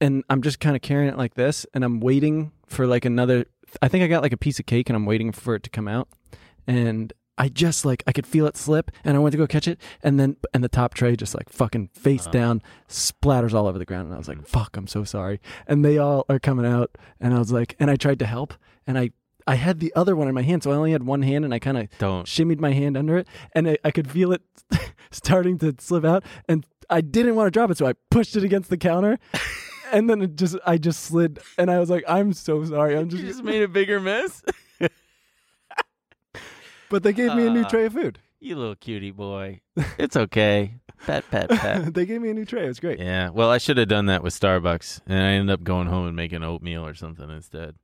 A: and I'm just kind of carrying it like this, and I'm waiting for like another. I think I got like a piece of cake, and I'm waiting for it to come out, and. I just like I could feel it slip, and I went to go catch it, and then and the top tray just like fucking face down, splatters all over the ground, and I was like, "Fuck, I'm so sorry." And they all are coming out, and I was like, and I tried to help, and I I had the other one in my hand, so I only had one hand, and I kind of
B: Don't.
A: shimmied my hand under it, and I, I could feel it <laughs> starting to slip out, and I didn't want to drop it, so I pushed it against
B: <laughs>
A: the counter, and then it just I just slid, and I was like, "I'm so sorry, I'm
B: You
A: just."
B: <laughs> just made a bigger mess. <laughs>
A: But they gave me a new
B: Ah.
A: tray of food.
B: you little cutie boy. It's okay. Pet, pet, pet.
A: <laughs> they gave me a new tray. It was great.
B: yeah. Well, I should have done that with Starbucks, and I ended up going home and making oatmeal or something instead.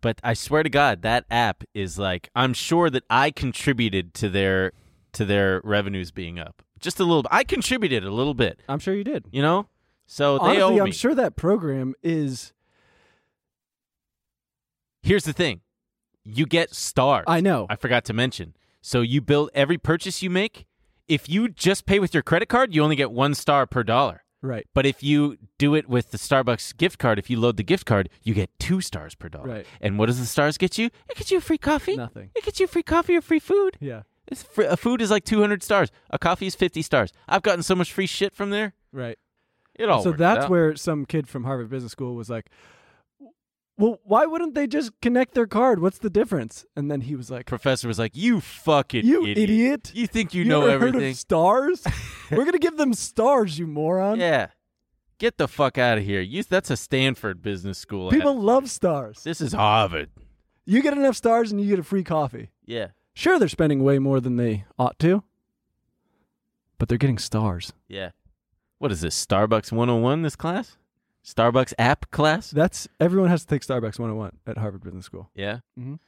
B: But I swear to God, that app is like I'm sure that I contributed to their to their revenues being up just a little. I contributed a little bit,
A: I'm sure you did.
B: you know. So they
A: Honestly,
B: owe me.
A: I'm sure that program is.
B: Here's the thing: you get stars.
A: I know.
B: I forgot to mention. So you build every purchase you make. If you just pay with your credit card, you only get one star per dollar.
A: right.
B: But if you do it with the Starbucks gift card, if you load the gift card, you get two stars per dollar.
A: Right.
B: And what does the stars get you? It gets you a free coffee.
A: Nothing.
B: It gets you free coffee or free food.
A: Yeah.
B: It's fr- a food is like 200 stars. A coffee is 50 stars. I've gotten so much free shit from there.
A: Right.
B: It all
A: so
B: works
A: that's
B: out.
A: where some kid from Harvard Business School was like, "Well, why wouldn't they just connect their card? What's the difference?" And then he was like,
B: Professor was like, "You fucking
A: "You
B: idiot.
A: idiot!
B: You think you,
A: You
B: know
A: never Heard
B: everything? <laughs>
A: of stars? We're gonna give them stars, you moron!
B: Yeah. Get the fuck out of here. You that's a Stanford business school.
A: People
B: ad.
A: love stars.
B: This is Harvard.
A: You get enough stars, and you get a free coffee.
B: Yeah.
A: Sure, they're spending way more than they ought to, but they're getting stars.
B: Yeah. What is this? Starbucks 101 this class? Starbucks app class?
A: That's everyone has to take Starbucks 101 at Harvard Business School.
B: Yeah.
A: Mhm.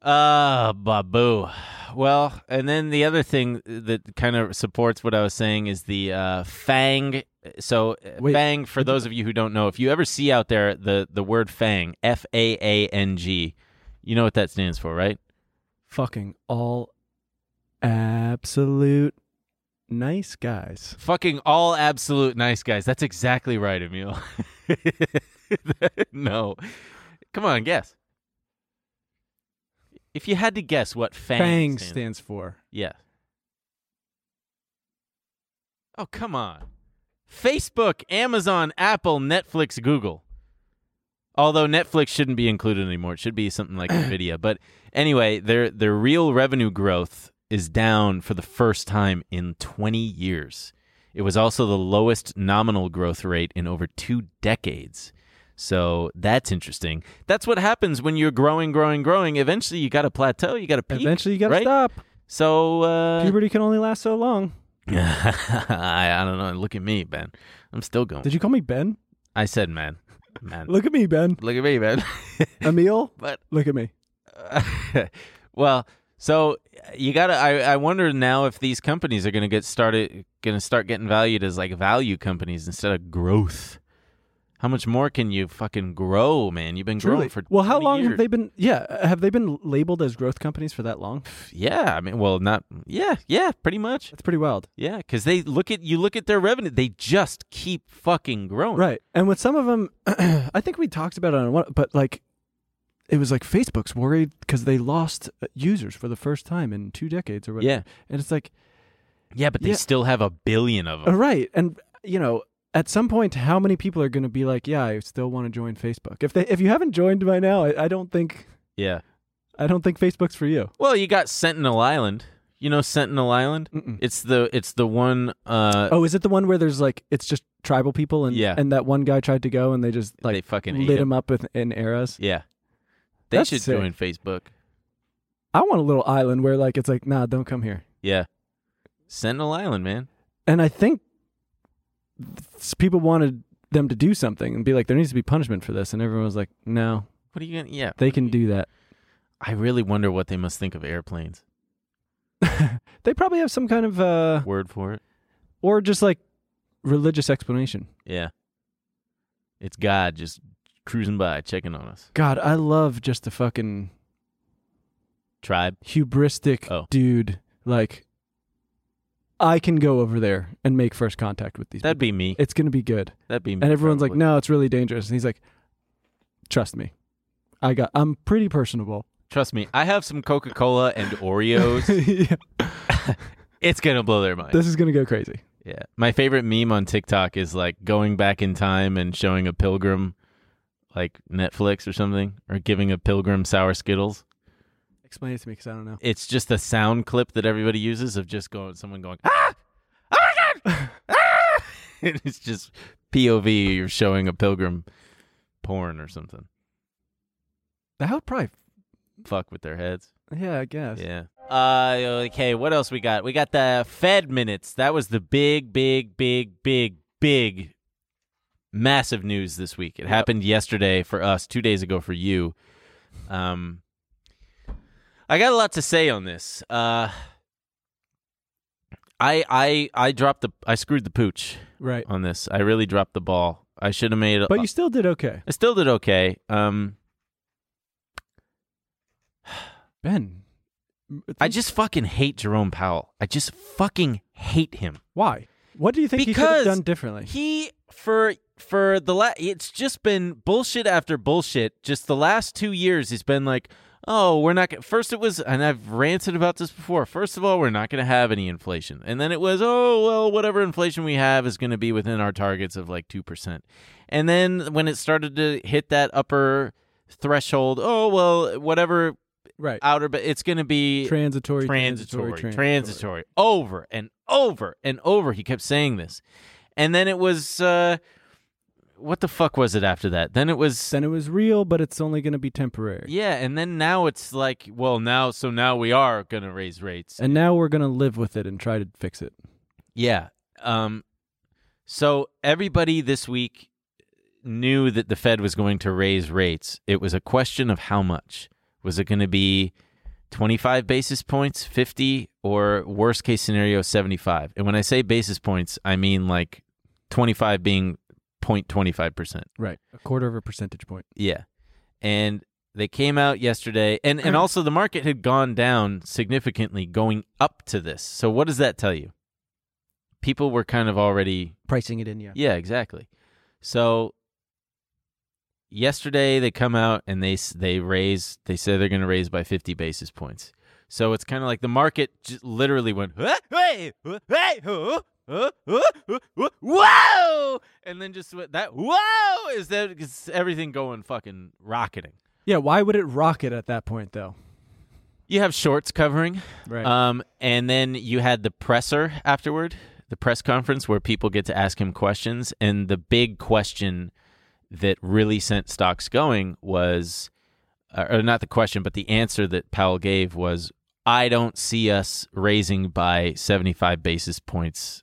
B: Uh, babu. Well, and then the other thing that kind of supports what I was saying is the uh, fang. So uh,
A: Wait,
B: fang, for those of you who don't know, if you ever see out there the the word fang, F A A N G, you know what that stands for, right?
A: Fucking all absolute nice guys.
B: Fucking all absolute nice guys. That's exactly right, Emil. <laughs> no. Come on, guess. If you had to guess what FANG,
A: Fang
B: stands-
A: stands for.
B: Yeah. Oh, come on. Facebook, Amazon, Apple, Netflix, Google. Although Netflix shouldn't be included anymore. It should be something
A: <clears throat>
B: like Nvidia. But anyway, their their real revenue growth is down for the first time in 20 years. It was also the lowest nominal growth rate in over 2 decades. So that's interesting. That's what happens when you're growing, growing, growing. Eventually you got to plateau, you got to peak.
A: Eventually, you got to
B: right?
A: stop.
B: So uh,
A: Puberty can only last so long.
B: <laughs> I, I don't know. Look at me, Ben. I'm still going.
A: Did you call me Ben?
B: I said, man, man. look,
A: Look at
B: <laughs>
A: me, Ben.
B: at me, man.
A: Emil,
B: but
A: look at me.
B: uh, well, so you gotta. I, I wonder now if these companies are gonna get started, gonna start getting valued as like value companies instead of growth. How much more can you fucking grow, man? You've been growing for
A: well, how
B: 20
A: long have
B: years.
A: they been? Yeah, have they been labeled as growth companies for that long?
B: Yeah, I mean, well, not yeah, yeah, pretty much.
A: That's pretty wild,
B: Yeah, because they look at you look at their revenue, they just keep fucking growing.
A: right? And with some of them, <clears throat> I think we talked about it on one, but like, it was like Facebook's worried because they lost uh, users for the first time in two decades or whatever.
B: Yeah.
A: and it's like,
B: Yeah, but they
A: Yeah.
B: still have a billion of
A: uh,
B: them.
A: right, and you know. At some point, how many people are going to be like, "Yeah, I still want to join Facebook"? If they, if you haven't joined by now, I, I don't think,
B: Yeah.
A: I don't think Facebook's for you.
B: Well, you got Sentinel Island. You know Sentinel Island?
A: Mm-mm.
B: It's the it's the one uh
A: Mm. Oh, is it the one where there's like it's just tribal people and
B: Yeah.
A: and that one guy tried to go and they just
B: like,
A: like
B: they fucking ate
A: lit
B: it.
A: him up with in arrows.
B: Yeah. They
A: That's
B: should
A: sick.
B: join Facebook.
A: I want a little island where like it's like nah, don't come here.
B: Yeah. Sentinel Island, man.
A: And I think s- people wanted them to do something and be like there needs to be punishment for this and everyone was like no
B: What are you gonna yeah.
A: they can do that
B: I really wonder what they must think of airplanes.
A: they probably have some kind of uh
B: Word for it.
A: or just like religious explanation
B: Yeah. It's God just cruising by, checking on us.
A: god i love just a fucking
B: Tribe.
A: hubristic
B: Oh.
A: dude like i can go over there and make first contact with these
B: That'd be me.
A: it's gonna be good
B: That'd be me.
A: and everyone's
B: probably.
A: like no it's really dangerous and he's like trust me i got i'm pretty personable <laughs>
B: Trust me, I have some Coca Cola and Oreos.
A: Yeah,
B: it's gonna blow their mind.
A: this is gonna go crazy
B: yeah, my favorite meme on TikTok is like going back in time and showing a pilgrim, like Netflix or something, or giving a pilgrim sour Skittles.
A: explain it to me because i don't know
B: It's just a sound clip that everybody uses of just going, someone going, ah, oh my god, ah! <laughs> and it's just POV. You're showing a pilgrim porn or something.
A: that would probably
B: Fuck with their heads.
A: yeah i guess
B: Yeah. Uh, okay, what else we got? We got the Fed minutes. That was the big, big, big, big, big, massive news this week. It happened yesterday for us, two days ago for you. Um, I got a lot to say on this. Uh, I I I dropped the I screwed the pooch
A: right
B: on this. I really dropped the ball. I should have made. a-
A: but you still did okay
B: I still did okay. Um,
A: ben
B: I just fucking hate Jerome Powell. I just fucking hate him.
A: why what do you think he could have
B: Because
A: done differently
B: He for for the last it's just been bullshit after bullshit. Just the last 2 years he's been like, "Oh, we're not gonna first it was and I've ranted about this before. First of all, we're not going to have any inflation." And then it was, "Oh, well, whatever inflation we have is going to be within our targets of like 2%." And then when it started to hit that upper threshold, "Oh, well, whatever
A: right
B: outer but it's going to be
A: transitory
B: transitory, transitory, over and over and over. He kept saying this, and then it was uh, what the fuck was it after that? Then it was
A: then it was real but it's only gonna be temporary
B: yeah, and then now it's like well now so now we are gonna raise rates.
A: and now we're gonna live with it and try to fix it
B: Yeah. Um. So everybody this week knew that the Fed was going to raise rates. It was a question of how much. Was it going to be 25 basis points, 50, or worst case scenario, 75? And when I say basis points, I mean like 25 being 0.25%.
A: right a quarter of a percentage point
B: Yeah. And they came out yesterday and, and also the market had gone down significantly going up to this. So what does that tell you? People were kind of already
A: pricing it in yeah
B: Yeah, exactly. So yesterday they come out and they s- they raise they say they're going to raise by 50 basis points. So it's kind of like the market just literally went "Huh? hey, huh, hey, huh, huh, huh, huh, huh, whoa and then just went that whoa is that is everything going fucking rocketing.
A: yeah why would it rocket at that point though
B: You have shorts covering
A: right
B: um, and then you had the presser afterward, the press conference where people get to ask him questions. And the big question that really sent stocks going was, uh, or not the question, but the answer that Powell gave was, I don't see us raising by 75 basis points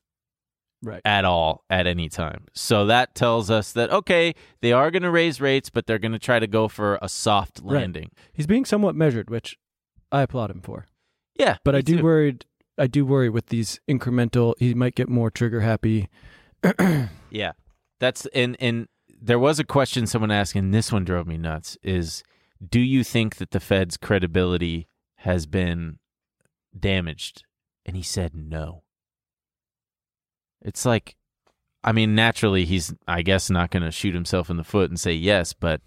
A: right
B: at all at any time. So that tells us that, okay, they are going to raise rates, but they're going to try to go for a soft
A: Right.
B: landing.
A: He's being somewhat measured, which I applaud him for.
B: Yeah.
A: But I
B: me
A: do
B: too.
A: worried I do worry with these incremental he might get more trigger happy.
B: Yeah. That's and and there was a question someone asked, and this one drove me nuts: is do you think that the Fed's credibility has been damaged? And he said no. It's like, I mean, naturally, he's I guess not going to shoot himself in the foot and say yes, but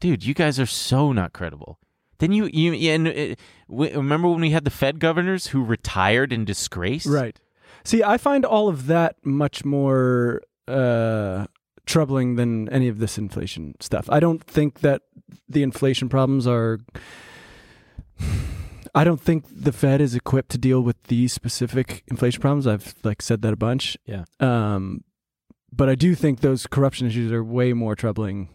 B: dude, you guys are so not credible. Then you you yeah, and it, w- remember when we had the Fed governors who retired in disgrace?
A: Right. See, I find all of that much more uh, troubling than any of this inflation stuff. I don't think that the inflation problems are. I don't think the Fed is equipped to deal with these specific inflation problems. I've like said that a bunch.
B: Yeah.
A: Um, but I do think those corruption issues are way more troubling,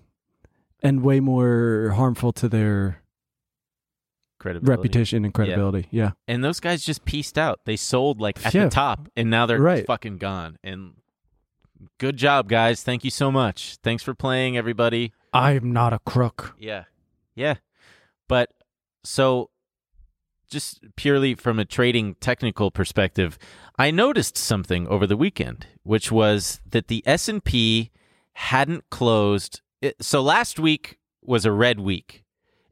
A: and way more harmful to their
B: Credibility.
A: reputation and credibility. yeah.
B: And those guys just pieced out. They sold like at
A: Yeah.
B: the top, and now they're
A: Right.
B: fucking gone. And good job, guys. Thank you so much. Thanks for playing, everybody.
A: I'm not a crook.
B: Yeah. Yeah. But so just purely from a trading technical perspective, I noticed something over the weekend, which was that the S&P hadn't closed it, so last week was a red week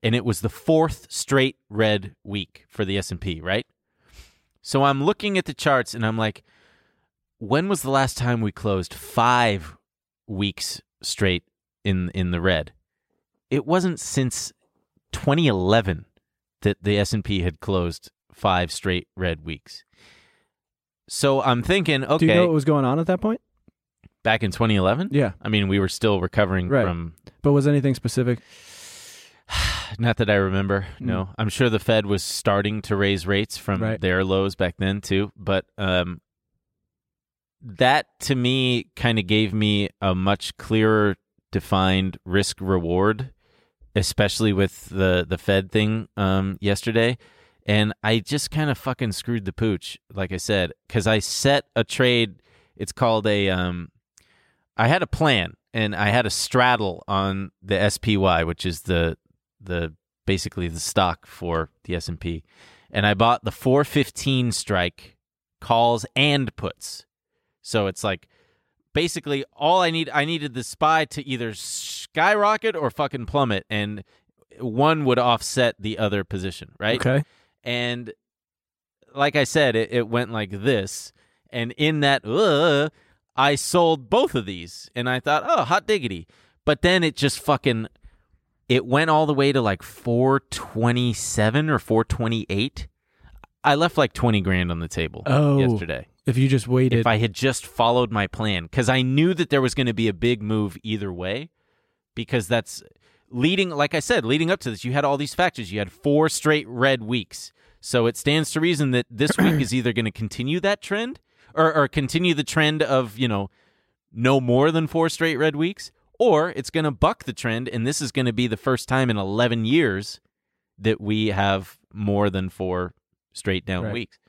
B: and it was the fourth straight red week for the S&P, right? So I'm looking at the charts and I'm like when was the last time we closed 5 weeks straight in in the red? it wasn't since 2011 that the S&P had closed five straight red weeks. So I'm thinking, okay,
A: Do you know what was going on at that point?
B: back in 2011?
A: Yeah.
B: I mean, we were still recovering
A: Right.
B: from
A: But was anything specific?
B: not that I remember. No. I'm sure the Fed was starting to raise rates from
A: Right.
B: their lows back then too, but um that to me kind of gave me a much clearer defined risk reward especially with the the Fed thing um, yesterday, and I just kind of fucking screwed the pooch, like I said, because I set a trade. It's called a. Um, I had a plan, and I had a straddle on the SPY, which is the the basically the stock for the S and P, and I bought the 415 strike calls and puts, so it's like. Basically, all I need I needed the spy to either skyrocket or fucking plummet, and one would offset the other position, right?
A: Okay.
B: And like I said, it, it went like this. And in that, uh, I sold both of these. And I thought, oh, hot diggity. But then it just fucking, it went all the way to like 427 or 428. I left like 20 grand on the table
A: Oh.
B: yesterday.
A: If you just waited.
B: If I had just followed my plan, because I knew that there was going to be a big move either way, because that's leading, like I said, leading up to this, you had all these factors. You had four straight red weeks. So it stands to reason that this week is either going to continue that trend or, or continue the trend of, you know, no more than four straight red weeks, or it's going to buck the trend. And this is going to be the first time in 11 years that we have more than four straight down
A: Right.
B: weeks.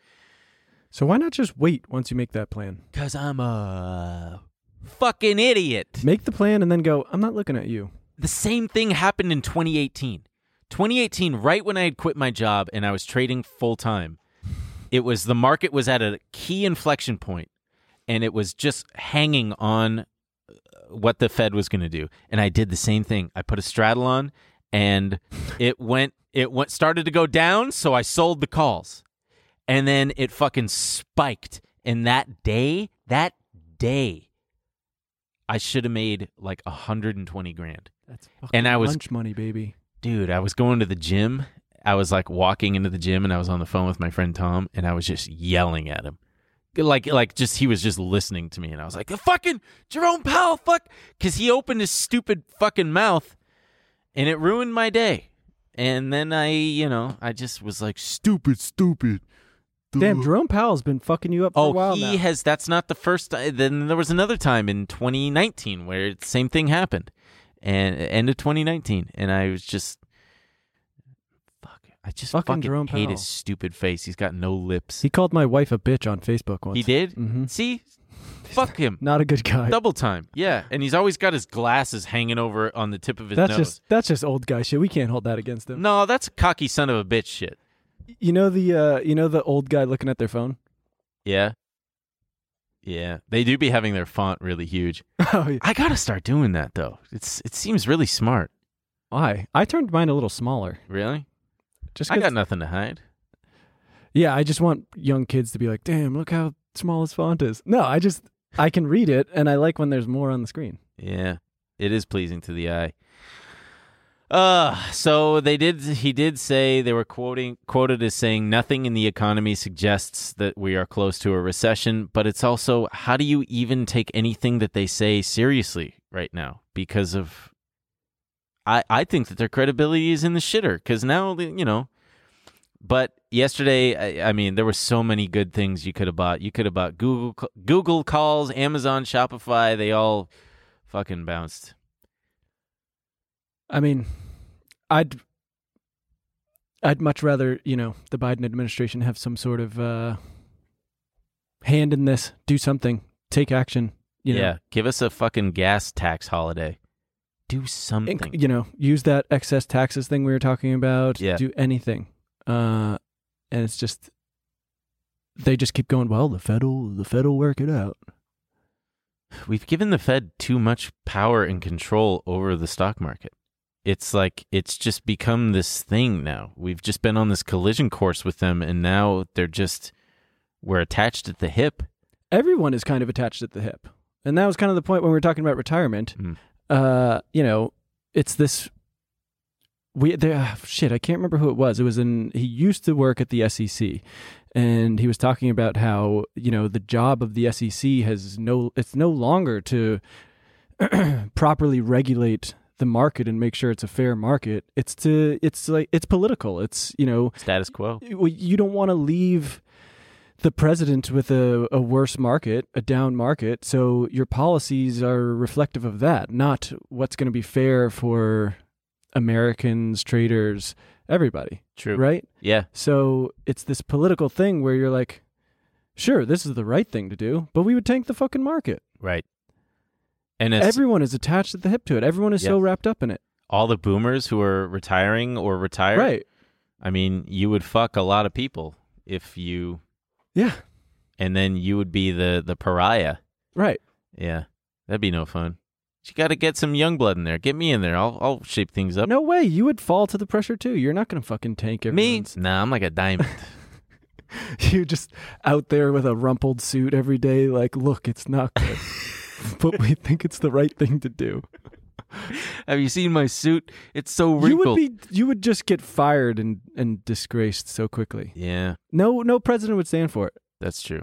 A: So why not just wait once you make that plan?
B: Cause I'm a fucking idiot.
A: Make the plan and then go, I'm not looking at you.
B: The same thing happened in 2018. 2018, right when I had quit my job and I was trading full time, it was the market was at a key inflection point and it was just hanging on uh, what the Fed was going to do. And I did the same thing. I put a straddle on and it went, it went, started to go down. So I sold the calls. and then it fucking spiked. And that day, that day, I should have made like 120 grand.
A: That's
B: And I was-
A: lunch money, baby.
B: Dude, I was going to the gym. I was like walking into the gym and I was on the phone with my friend Tom and I was just yelling at him. Like like just he was just listening to me and I was like, "The fucking Jerome Powell fuck cuz he opened his stupid fucking mouth and it ruined my day." And then I, you know, I just was like, "Stupid, stupid."
A: Damn, Jerome Powell's been fucking you up for
B: Oh,
A: a while
B: he
A: now.
B: has. That's not the first. ti- Then there was another time in 2019 where the same thing happened, and end of 2019, and I was just, fuck, I just
A: Fucking
B: fucking,
A: Jerome
B: hate
A: Powell.
B: his stupid face. He's got no lips.
A: he called my wife a bitch on Facebook once.
B: He did.
A: Mhm.
B: See, fuck him.
A: Not a good guy.
B: Double time. Yeah, and he's always got his glasses hanging over on the tip of his
A: That's
B: nose.
A: just that's just old guy shit. We can't hold that against him.
B: no, that's cocky son of a bitch shit. <laughs>
A: You know the uh, you know the old guy looking at their phone.
B: Yeah. Yeah, they do be having their font really huge.
A: Oh, yeah.
B: I gotta start doing that though. It's it seems really smart.
A: Why? I turned mine a little smaller.
B: Really,
A: Just
B: I
A: 'cause-
B: got nothing to hide.
A: yeah, I just want young kids to be like, "Damn, look how small his font is." No, I just I can read it, and I like when there's more on the screen.
B: Yeah, it is pleasing to the eye. Uh, so they did. He did say they were quoting quoted as saying, "Nothing in the economy suggests that we are close to a recession." But it's also, how do you even take anything that they say seriously right now? Because of, I I think that their credibility is in the shitter. Because now you know. But yesterday, I, I mean, there were so many good things you could have bought. You could have bought Google Google calls, Amazon, Shopify. They all fucking bounced.
A: I mean, I'd I'd much rather you know the Biden administration have some sort of uh, hand in this, do something, take action. You know,
B: yeah, give us a fucking gas tax holiday. Do something.
A: inc- you know, use that excess taxes thing we were talking about.
B: Yeah.
A: Do anything. Uh, and it's just they just keep going. Well, the federal, the federal work it out.
B: We've given the Fed too much power and control over the stock market. It's like it's just become this thing now. We've just been on this collision course with them, and now they're just we're attached at the hip.
A: Everyone is kind of attached at the hip, and that was kind of the point when we were talking about retirement.
B: Mm.
A: Uh, you know, it's this. We there, ah, shit. I can't remember who it was. It was in. He used to work at the SEC, and he was talking about how you know the job of the SEC has no. It's no longer to <clears throat> properly regulate the market and make sure it's a fair market. It's to. It's like it's political. It's you know
B: Status quo.
A: well, you don't want to leave the president with a, a worse market, a down market. So your policies are reflective of that, not what's going to be fair for Americans, traders, everybody,
B: True.
A: right?
B: Yeah.
A: So it's this political thing where you're like, sure, this is the right thing to do, but we would tank the fucking market.
B: Right. And it's
A: Everyone is attached at the hip to it. Everyone is so
B: Yes.
A: wrapped up in it.
B: all the boomers who are retiring or retired.
A: Right.
B: I mean, you would fuck a lot of people if you
A: Yeah.
B: and then you would be the the pariah.
A: Right.
B: Yeah, that'd be no fun. You got to get some young blood in there. Get me in there. I'll I'll shape things up.
A: No way. You would fall to the pressure too. You're not going to fucking tank
B: me?
A: everyone's
B: Nah, I'm like a
A: <laughs>
B: diamond.
A: you just out there with a rumpled suit every day like look it's not
B: <laughs>
A: good but we think it's the right thing to do
B: Have you seen my suit? It's so
A: you would
B: wrinkled.
A: be you would just get fired and and disgraced so quickly
B: Yeah,
A: no no president would stand for it
B: that's true.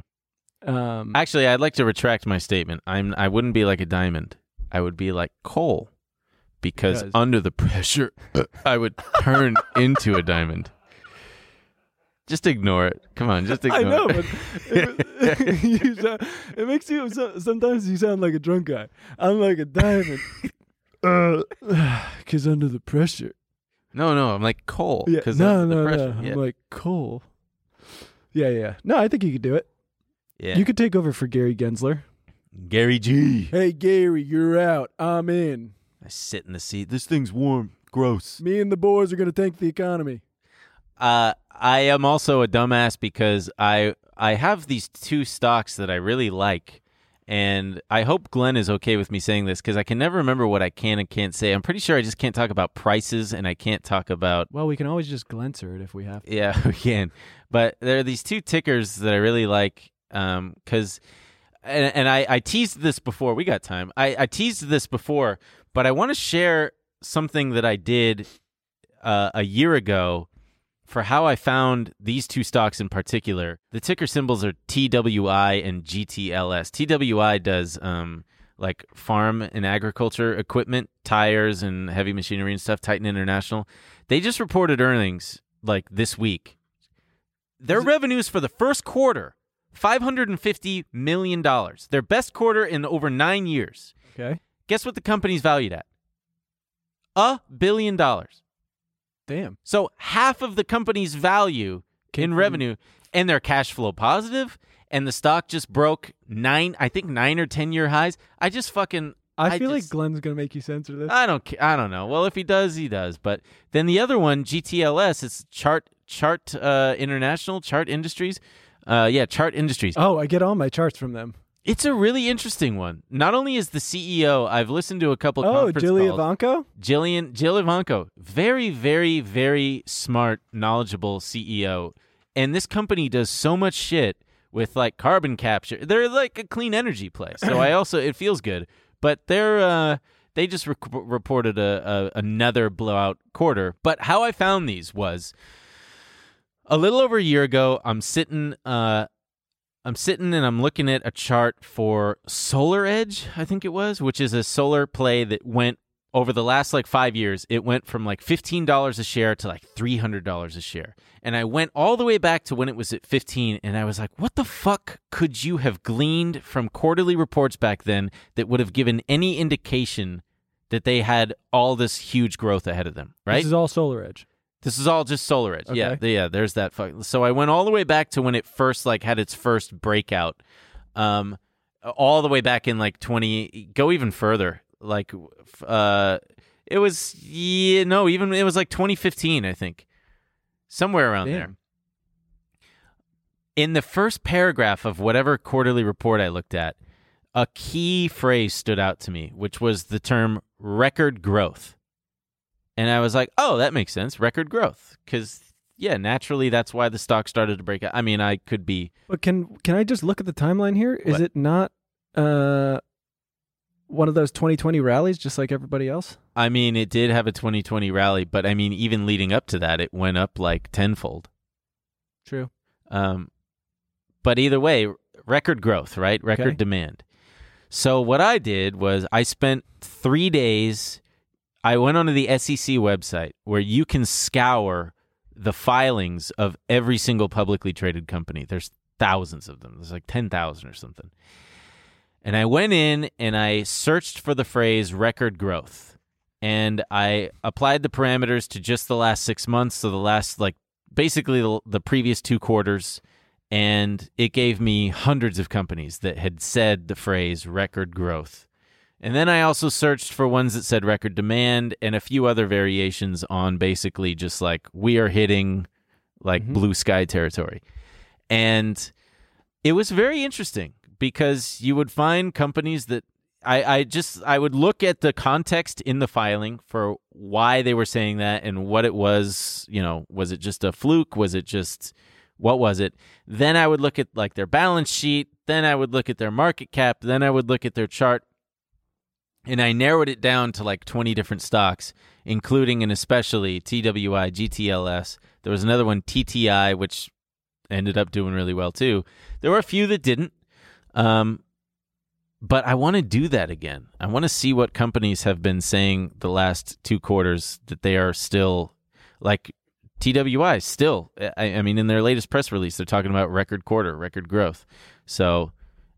A: um
B: Actually, I'd like to retract my statement. I'm I wouldn't be like a diamond. I would be like coal, because
A: Because-
B: under the pressure, I would
A: <laughs>
B: turn into a diamond. Just ignore it. Come on, just ignore
A: <laughs> I know,
B: it.
A: but it,
B: <laughs>
A: was- <laughs> you sound- it makes you. so- Sometimes you sound like a drunk guy. I'm like
B: <laughs>
A: a diamond, <sighs> because under the pressure.
B: No, no, I'm like coal.
A: Yeah,
B: 'cause
A: no,
B: of the
A: no,
B: pressure.
A: no.
B: Yeah.
A: I'm like cool. Yeah, yeah. No, I think you could do it.
B: yeah.
A: You could take over for Gary Gensler.
B: Gary G.
A: Hey, Gary, you're out. I'm in.
B: I sit in the seat. This thing's warm. Gross.
A: Me and the boys are going to tank the economy.
B: Uh, I am also a dumbass because I I have these two stocks that I really like, and I hope Glenn is okay with me saying this because I can never remember what I can and can't say. I'm pretty sure I just can't talk about prices and I can't talk about
A: Well, we can always just glancer it if we have to.
B: Yeah, <laughs> we can. But there are these two tickers that I really like because, and, and I, I teased this before. We got time. I, I teased this before, but I want to share something that I did uh, a year ago for how I found these two stocks in particular. The ticker symbols are TWI and GTLS. TWI does um, like farm and agriculture equipment, tires and heavy machinery and stuff. Titan International. They just reported earnings like this week. Their revenues for the first quarter, $550 million. Their best quarter in over nine years.
A: Okay.
B: Guess what the company's valued at? A billion dollars.
A: Damn.
B: So half of the company's value
A: Came
B: in
A: from-
B: revenue, and they're cash flow positive, and the stock just broke nine, I think nine or ten year highs. I just fucking
A: I,
B: I
A: feel like
B: just- Ah!
A: Glenn's going to make you censor this.
B: I don't. ca- I don't know. Well, if he does, he does. But then the other one, GTLS, it's Chart Chart uh, International, Chart Industries. Uh, yeah, Chart Industries.
A: oh, I get all my charts from them.
B: It's a really interesting one. Not only is the CEO, I've listened to a couple of
A: Oh,
B: conference
A: Julie
B: calls.
A: Ivanko?
B: Jillian Jill Ivanko, very, very, very smart, knowledgeable CEO. And this company does so much shit with like carbon capture. They're like a clean energy play. So I also it feels good. But they're uh they just rec- reported a, a another blowout quarter. But how I found these was a little over a year ago, I'm sitting uh I'm sitting and I'm looking at a chart for Solar Edge, I think it was, which is a solar play that went over the last like five years. It went from like $15 a share to like $300 a share. And I went all the way back to when it was at 15 and I was like, what the fuck could you have gleaned from quarterly reports back then that would have given any indication that they had all this huge growth ahead of them, right?
A: This is all Solar Edge.
B: This is all just solar edge. Yeah,
A: Okay.
B: th- yeah. There's that. Fuck. So I went all the way back to when it first like had its first breakout, um, all the way back in like 20. Go even further. Like, f- uh, it was yeah, no, even it was like 2015, I think, somewhere around
A: Damn.
B: there. In the first paragraph of whatever quarterly report I looked at, a key phrase stood out to me, which was the term record growth. And I was like, oh, that makes sense. Record growth. Because, yeah, naturally, that's why the stock started to break out. I mean, I could be.
A: But can can I just look at the timeline here? Is
B: What?
A: it not uh, one of those 2020 rallies, just like everybody else?
B: I mean, it did have a 2020 rally, but I mean, even leading up to that, it went up like tenfold.
A: True.
B: Um, but either way, record growth, right? Record
A: Okay.
B: demand. So what I did was I spent three days. I went onto the SEC website where you can scour the filings of every single publicly traded company. There's thousands of them. There's like ten thousand or something. And I went in and I searched for the phrase record growth. And I applied the parameters to just the last six months. So the last, like, basically the, the previous two quarters. And it gave me hundreds of companies that had said the phrase record growth. And then I also searched for ones that said record demand and a few other variations on basically just like we are hitting like
A: Mhm.
B: blue sky territory. And it was very interesting because you would find companies that I, I just I would look at the context in the filing for why they were saying that and what it was, you know, was it just a fluke? Was it just what was it? Then I would look at like their balance sheet, then I would look at their market cap, then I would look at their chart and I narrowed it down to like 20 different stocks, including and especially TWI, GTLS. There was another one, TTI, which ended up doing really well too. There were a few that didn't. Um, but I want to do that again. I want to see what companies have been saying the last two quarters that they are still like TWI still. I, I mean, in their latest press release, they're talking about record quarter, record growth. So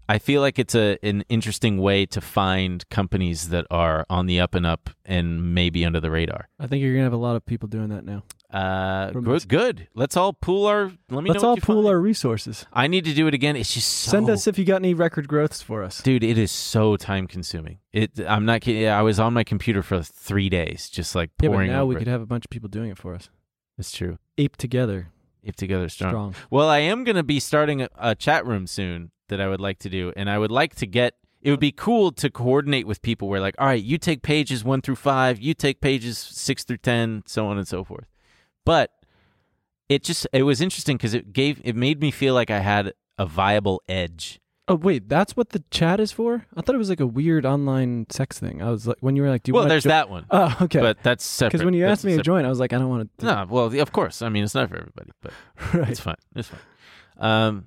B: I feel like it's a an interesting way to find companies that are on the up and up and maybe under the radar.
A: I think you're gonna have a lot of people doing that now.
B: Uh,
A: From-
B: gro- good. Let's all pool our. Let me.
A: Let's
B: know what
A: all
B: you
A: pool
B: find.
A: our resources.
B: I need to do it again. It's just so,
A: Send us if you got any record growths for us.
B: dude. It is so time consuming. It. I'm not kidding. I was on my computer for three days, just like
A: yeah,
B: pouring.
A: but now we
B: over
A: could
B: it.
A: have a bunch of people doing it for us.
B: That's true.
A: Ape together,
B: If together strong.
A: strong.
B: Well, I am going to be starting a, a chat room soon that I would like to do, and I would like to get. It would be cool to coordinate with people where, like, all right, you take pages one through five, you take pages six through ten, so on and so forth. But it just it was interesting because it gave it made me feel like I had a viable edge.
A: Oh wait, that's what the chat is for? I thought it was like a weird online sex thing. I was like, when you were like, "Do you
B: well,
A: want
B: there's
A: to
B: that one,
A: Oh, okay.
B: but that's separate.
A: Because when you
B: That's
A: asked me to
B: separate.
A: join, I was like, I don't want to.
B: no, well, of course. I mean, it's not for everybody, but
A: right.
B: it's <laughs> fine. It's fine. Um,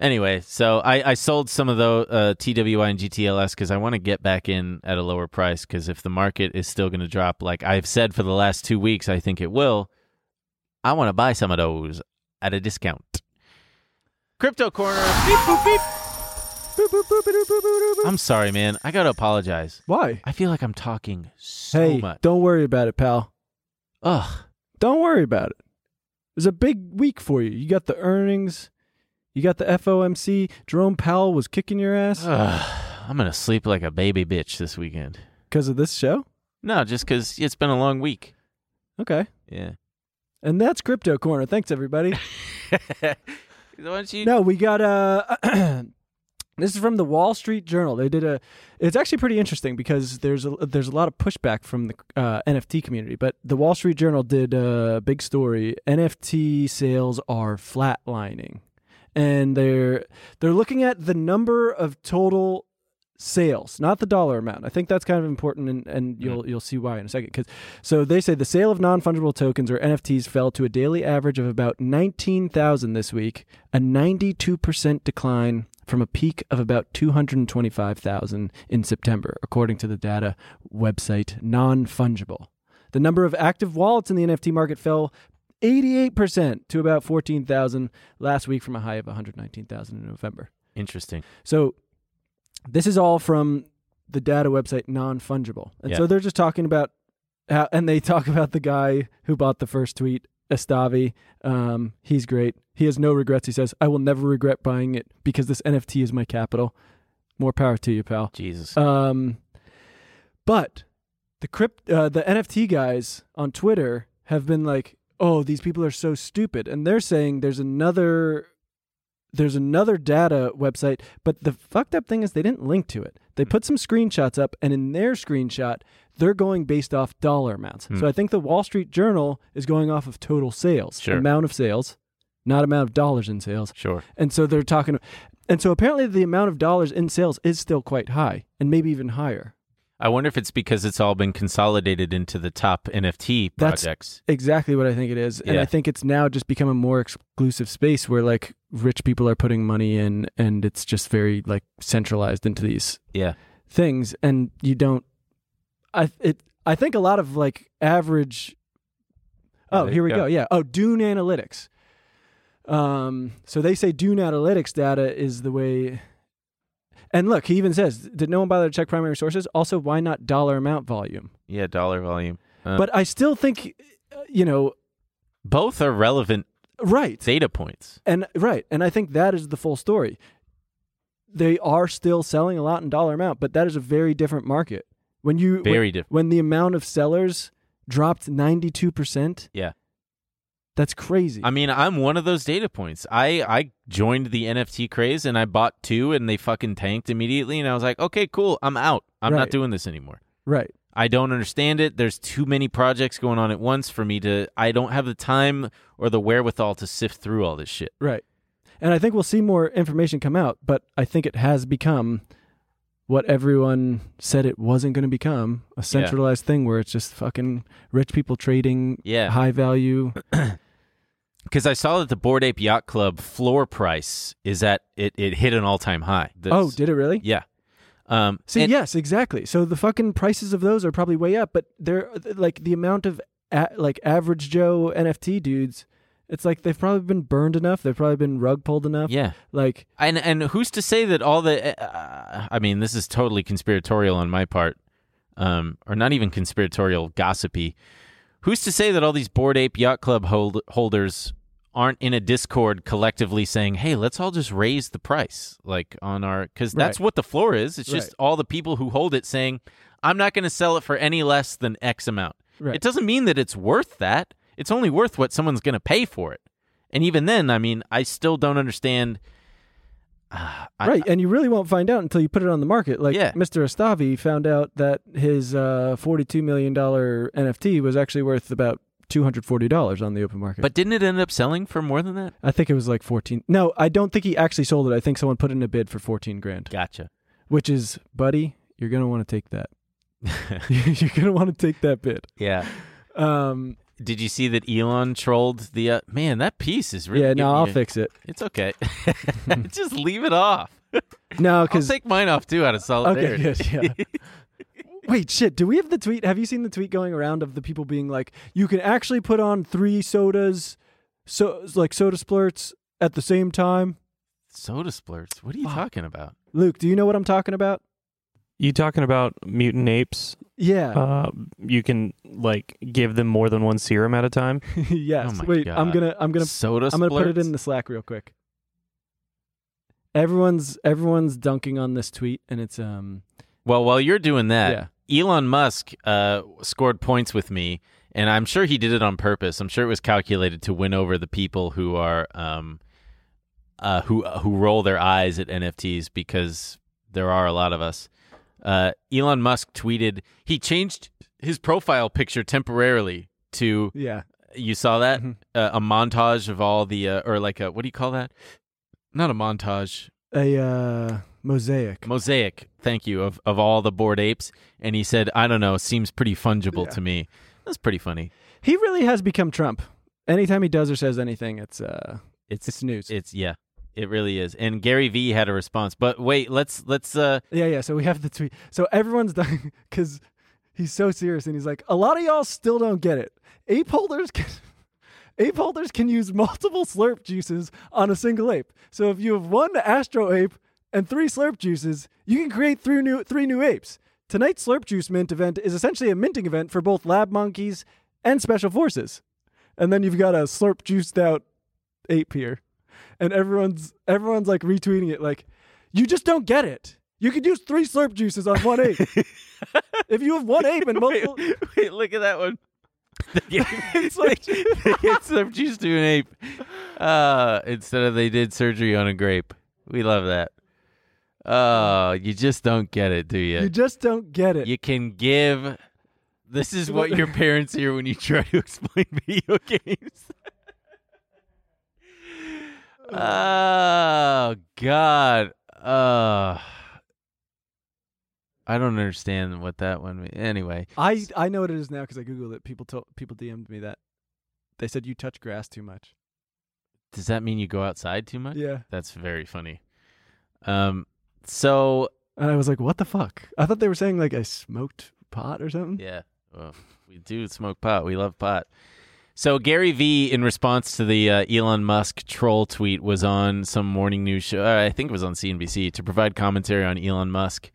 B: anyway, so I, I sold some of those uh, TWI and GTLS because I want to get back in at a lower price. Because if the market is still going to drop, like I've said for the last two weeks, I think it will. I want to buy some of those at a discount. Crypto corner. Beep, boop, beep. I'm sorry, man. I gotta apologize.
A: Why?
B: I feel like I'm talking so
A: Hey,
B: much.
A: don't worry about it, pal.
B: Ugh.
A: Don't worry about it. It was a big week for you. You got the earnings. You got the FOMC. Jerome Powell was kicking your
B: Ah.
A: ass
B: Ugh. I'm gonna sleep like a baby bitch this weekend.
A: because of this show.
B: No, just because it's been a long week.
A: Okay.
B: Yeah.
A: And that's Crypto Corner. Thanks, everybody.
B: Why don't you?
A: No, we got uh <clears throat> This is from the Wall Street Journal. They did a. It's actually pretty interesting because there's a there's a lot of pushback from the uh, NFT community, but the Wall Street Journal did a big story. NFT sales are flatlining, and they're they're looking at the number of total sales, not the dollar amount. I think that's kind of important, and, and you'll you'll see why in a second. 'Cause- so they say the sale of non fungible tokens or NFTs fell to a daily average of about nineteen thousand this week, a ninety two percent decline from a peak of about two hundred twenty five thousand in September, according to the data website Non Fungible. The number of active wallets in the NFT market fell. 88% to about 14,000 last week from a high of 119,000 in November.
B: Interesting.
A: So this is all from the data website non fungible. And
B: Yeah.
A: so they're just talking about how, and they talk about the guy who bought the first tweet, Estavi. Um, he's great. He has no regrets. He says, I will never regret buying it because this NFT is my capital. More power to you, pal.
B: Jesus.
A: Um, but the crypt, uh, the NFT guys on Twitter have been like, "Oh, these people are so stupid," and they're saying there's another, there's another data website. But the fucked up thing is they didn't link to it. They put some screenshots up, and in their screenshot, they're going based off dollar amounts. So I think the Wall Street Journal is going off of total sales,
B: Sure.
A: amount of sales, not amount of dollars in sales.
B: sure.
A: And so they're talking, and so apparently the amount of dollars in sales is still quite high, and maybe even higher.
B: I wonder if it's because it's all been consolidated into the top NFT
A: That's-
B: projects.
A: Exactly what I think it is, and
B: Yeah.
A: I think it's now just become a more exclusive space where like rich people are putting money in, and it's just very like centralized into these
B: Yeah.
A: things, and you don't. I it I think a lot of like average.
B: Oh,
A: Oh,
B: there
A: here
B: you
A: we
B: go.
A: go. Yeah. Oh, Dune Analytics. Um. So they say Dune Analytics data is the way. And look, he even says, "Did no one bother to check primary sources?" Also, why not dollar amount volume?
B: Yeah, dollar volume. Uh,
A: But I still think, uh, you know,
B: both are relevant
A: right.
B: data points.
A: And right, and I think that is the full story. They are still selling a lot in dollar amount, but that is a very different market. When you
B: Very
A: when,
B: different.
A: when the amount of sellers dropped 92%,
B: Yeah.
A: that's crazy.
B: I mean, I'm one of those data points. I I joined the NFT craze and I bought two and they fucking tanked immediately and I was like, "Okay, cool. I'm out. I'm not
A: Right.
B: doing this anymore."
A: right.
B: I don't understand it. There's too many projects going on at once for me to I don't have the time or the wherewithal to sift through all this shit.
A: Right. And I think we'll see more information come out, but I think it has become what everyone said it wasn't going to become a centralized thing where it's just fucking rich people trading
B: Yeah.
A: high value.
B: Cuz I saw that the Board Ape Yacht Club floor price is at it it hit an all-time high. This-
A: oh, did it really?
B: Yeah. Um
A: See,
B: and-
A: yes, exactly. So the fucking prices of those are probably way up, but they're like the amount of a, like average Joe NFT dudes. It's like they've probably been burned enough. They've probably been rug pulled enough.
B: Yeah.
A: Like
B: And and who's to say that all the? Uh, I mean, this is totally conspiratorial on my part, um, or not even conspiratorial, gossipy. Who's to say that all these board ape yacht club hold, holders aren't in a Discord collectively saying, "Hey, let's all just raise the price," like on our because that's
A: Right.
B: what the floor is. It's just
A: Right.
B: all the people who hold it saying, "I'm not going to sell it for any less than X amount."
A: Right.
B: It doesn't mean that it's worth that. It's only worth what someone's going to pay for it. And even then, I mean, I still don't understand. I-
A: right, and you really won't find out until you put it on the market. Like
B: Yeah.
A: Mr. Astavi found out that his uh, forty-two million dollar NFT was actually worth about two hundred forty dollars on the open market.
B: But didn't it end up selling for more than that?
A: I think it was like fourteen. No, I don't think he actually sold it. I think someone put in a bid for fourteen grand,
B: Gotcha.
A: which is, buddy, you're gonna want to take
D: <laughs>
A: that. <laughs> you're gonna want to take that bid.
B: yeah.
A: Um,
B: Did you see that Elon trolled the uh, man? That piece is really
A: yeah,
B: giving
A: no, I'll
B: you-
A: fix it.
B: It's
A: <laughs>
B: okay. <laughs> Just leave it off.
A: No,
B: I'll
A: because
B: take mine off too out of
A: okay,
B: solidarity.
A: good, yeah.
D: <laughs>
A: Wait, shit. Do we have the tweet? Have you seen the tweet going around of the people being like, "You can actually put on three sodas, so like soda splurts at the same time."
B: Soda splurts. What are you
A: Fuck.
B: talking about?
A: Luke, do you know what I'm talking about?
D: You talking about mutant apes?
A: Yeah,
D: Uh, you can like give them more than one serum at a time.
A: <laughs>
D: Oh
A: yes.
B: my
A: Wait, I'm
B: God.
A: gonna, I'm gonna,
B: Soda
A: I'm gonna put it
B: splurts?
A: in the Slack real quick. Everyone's, everyone's dunking on this tweet, and it's um,
B: Well, while you're doing that, Elon Musk uh, scored points with me, and I'm sure he did it on purpose. I'm sure it was calculated to win over the people who are um, uh, who who roll their eyes at NFTs because there are a lot of us. Uh, Elon Musk tweeted he changed his profile picture temporarily to
A: Yeah.
B: you saw that
A: Mhm.
B: uh, a montage of all the uh, or like a what do you call that? Not a montage,
A: A uh, mosaic.
B: mosaic. Thank you of of all the bored apes, and he said, I don't know, seems pretty fungible
A: Yeah.
B: to me. That's pretty funny.
A: he really has become Trump. Anytime he does or says anything, it's uh,
B: It's
A: it's news.
B: It's yeah. It really is. And Gary Vee had a response. But wait, let's let's uh
A: Yeah, yeah. So we have the tweet. So everyone's <laughs> dying because he's so serious, and he's like, a lot of y'all still don't get it. Ape holders can. Ape holders can use multiple slurp juices on a single ape. So if you have one astro ape and three slurp juices, you can create three new three new apes. Tonight's slurp juice mint event is essentially a minting event for both lab monkeys and special forces. And then you've got a slurp juiced out ape here. And everyone's everyone's like retweeting it like, you just don't get it. You could use three slurp juices on one ape. if you have one ape and multiple
B: <laughs> wait, wait, look at that one. <laughs> it's like they gave some juice to an ape. Uh instead of they did surgery on a grape. We love that. Oh, you just don't get it, do you?
A: you just don't get
B: <laughs>
A: it.
B: you can give this is what your parents hear when you try to explain <laughs> video games. oh God. Uh I don't understand what that one means. Anyway.
A: I, I know what it is now because I googled it. People told people DM'd me that they said you touch grass too much.
B: Does that mean you go outside too much?
A: Yeah,
B: That's very funny. Um so
A: and I was like, what the fuck? I thought they were saying like I smoked pot or something.
B: Yeah. Well, we do smoke pot. We love pot. So Gary V, in response to the uh, Elon Musk troll tweet, was on some morning news show. uh, I think it was on CNBC to provide commentary on Elon Musk.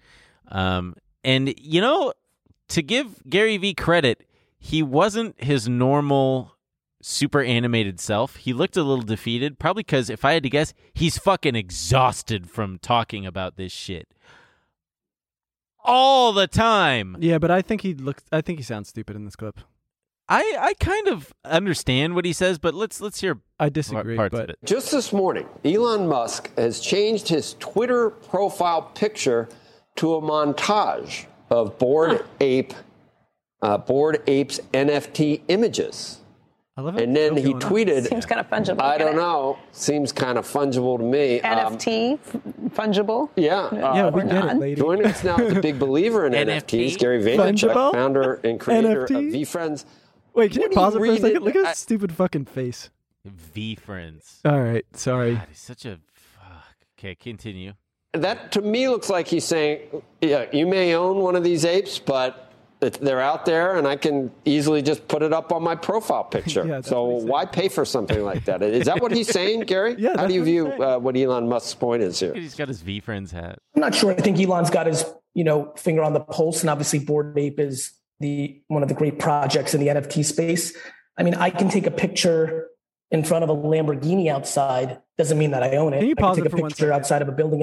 B: Um, and you know, to give Gary V credit, he wasn't his normal super animated self. He looked a little defeated, probably because if I had to guess, he's fucking exhausted from talking about this shit all the time.
A: Yeah, but I think he looks. I think he sounds stupid in this clip.
B: I, I kind of understand what he says, but let's let's hear
A: I
B: par-
A: disagree.
B: parts
A: but
B: of it.
E: Just this morning, Elon Musk has changed his Twitter profile picture to a montage of bored ape, uh, bored apes NFT images,
A: I love it.
E: and then
A: What's
E: he
A: going on?
E: tweeted,
F: Seems kind of fungible.
E: "I
F: Look at
E: don't
F: it.
E: know, seems kind of fungible to me." Um,
F: NFT f- fungible.
E: yeah,
A: Yeah,
E: uh,
A: we
F: Or
A: get it,
F: not.
A: lady.
E: Joining us now is a big believer in
B: NFT?
E: NFTs, Gary Vaynerchuk,
A: Fungible?
E: founder and creator
A: NFT?
E: of VFriends.
A: <laughs> Wait, can you
E: What do
A: pause it
E: you
A: for a
E: read
A: second?
E: it?
A: Look at his
E: I-
A: stupid fucking face.
B: V friends.
A: All right, sorry.
B: God, he's such a fuck. Okay, continue.
E: That to me looks like he's saying, yeah, you may own one of these apes, but it- they're out there and I can easily just put it up on my profile
A: <laughs>
E: picture.
A: Yeah, that's
E: so
A: what he said.
E: why pay for something like that? Is that what he's saying, Gary?
A: <laughs> Yeah,
E: How
A: that's
E: do you
A: what he's
E: view
A: saying.
E: uh, what Elon Musk's point is here?
B: He's got his V friends hat.
G: I'm not sure. I think Elon's got his you know finger on the pulse, and obviously Bored Ape is the one of the great projects in the NFT space. I mean, I can take a picture in front of a Lamborghini outside. Doesn't mean that I own it.
A: Can you pause
G: I can
A: it
G: take
A: for
G: a
A: one
G: picture
A: second?
G: outside of a building.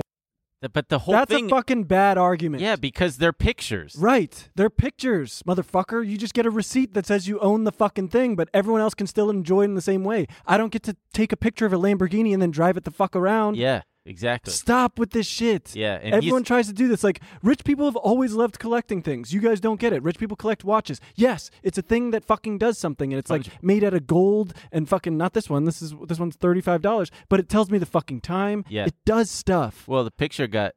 B: Th- But the whole
A: That's
B: thing,
A: a fucking bad argument.
B: yeah, because they're pictures.
A: Right. They're pictures, motherfucker. You just get a receipt that says you own the fucking thing, but everyone else can still enjoy it in the same way. I don't get to take a picture of a Lamborghini and then drive it the fuck around.
B: Yeah, exactly.
A: Stop with this shit.
B: Yeah, and
A: Everyone
B: he's-
A: tries to do this. Like, rich people have always loved collecting things. You guys don't get it. Rich people collect watches. Yes, it's a thing that fucking does something, and it's like made out of gold and fucking not this one. This is this one's thirty five dollars, but it tells me the fucking time.
B: Yeah.
A: it does stuff.
B: Well, the picture got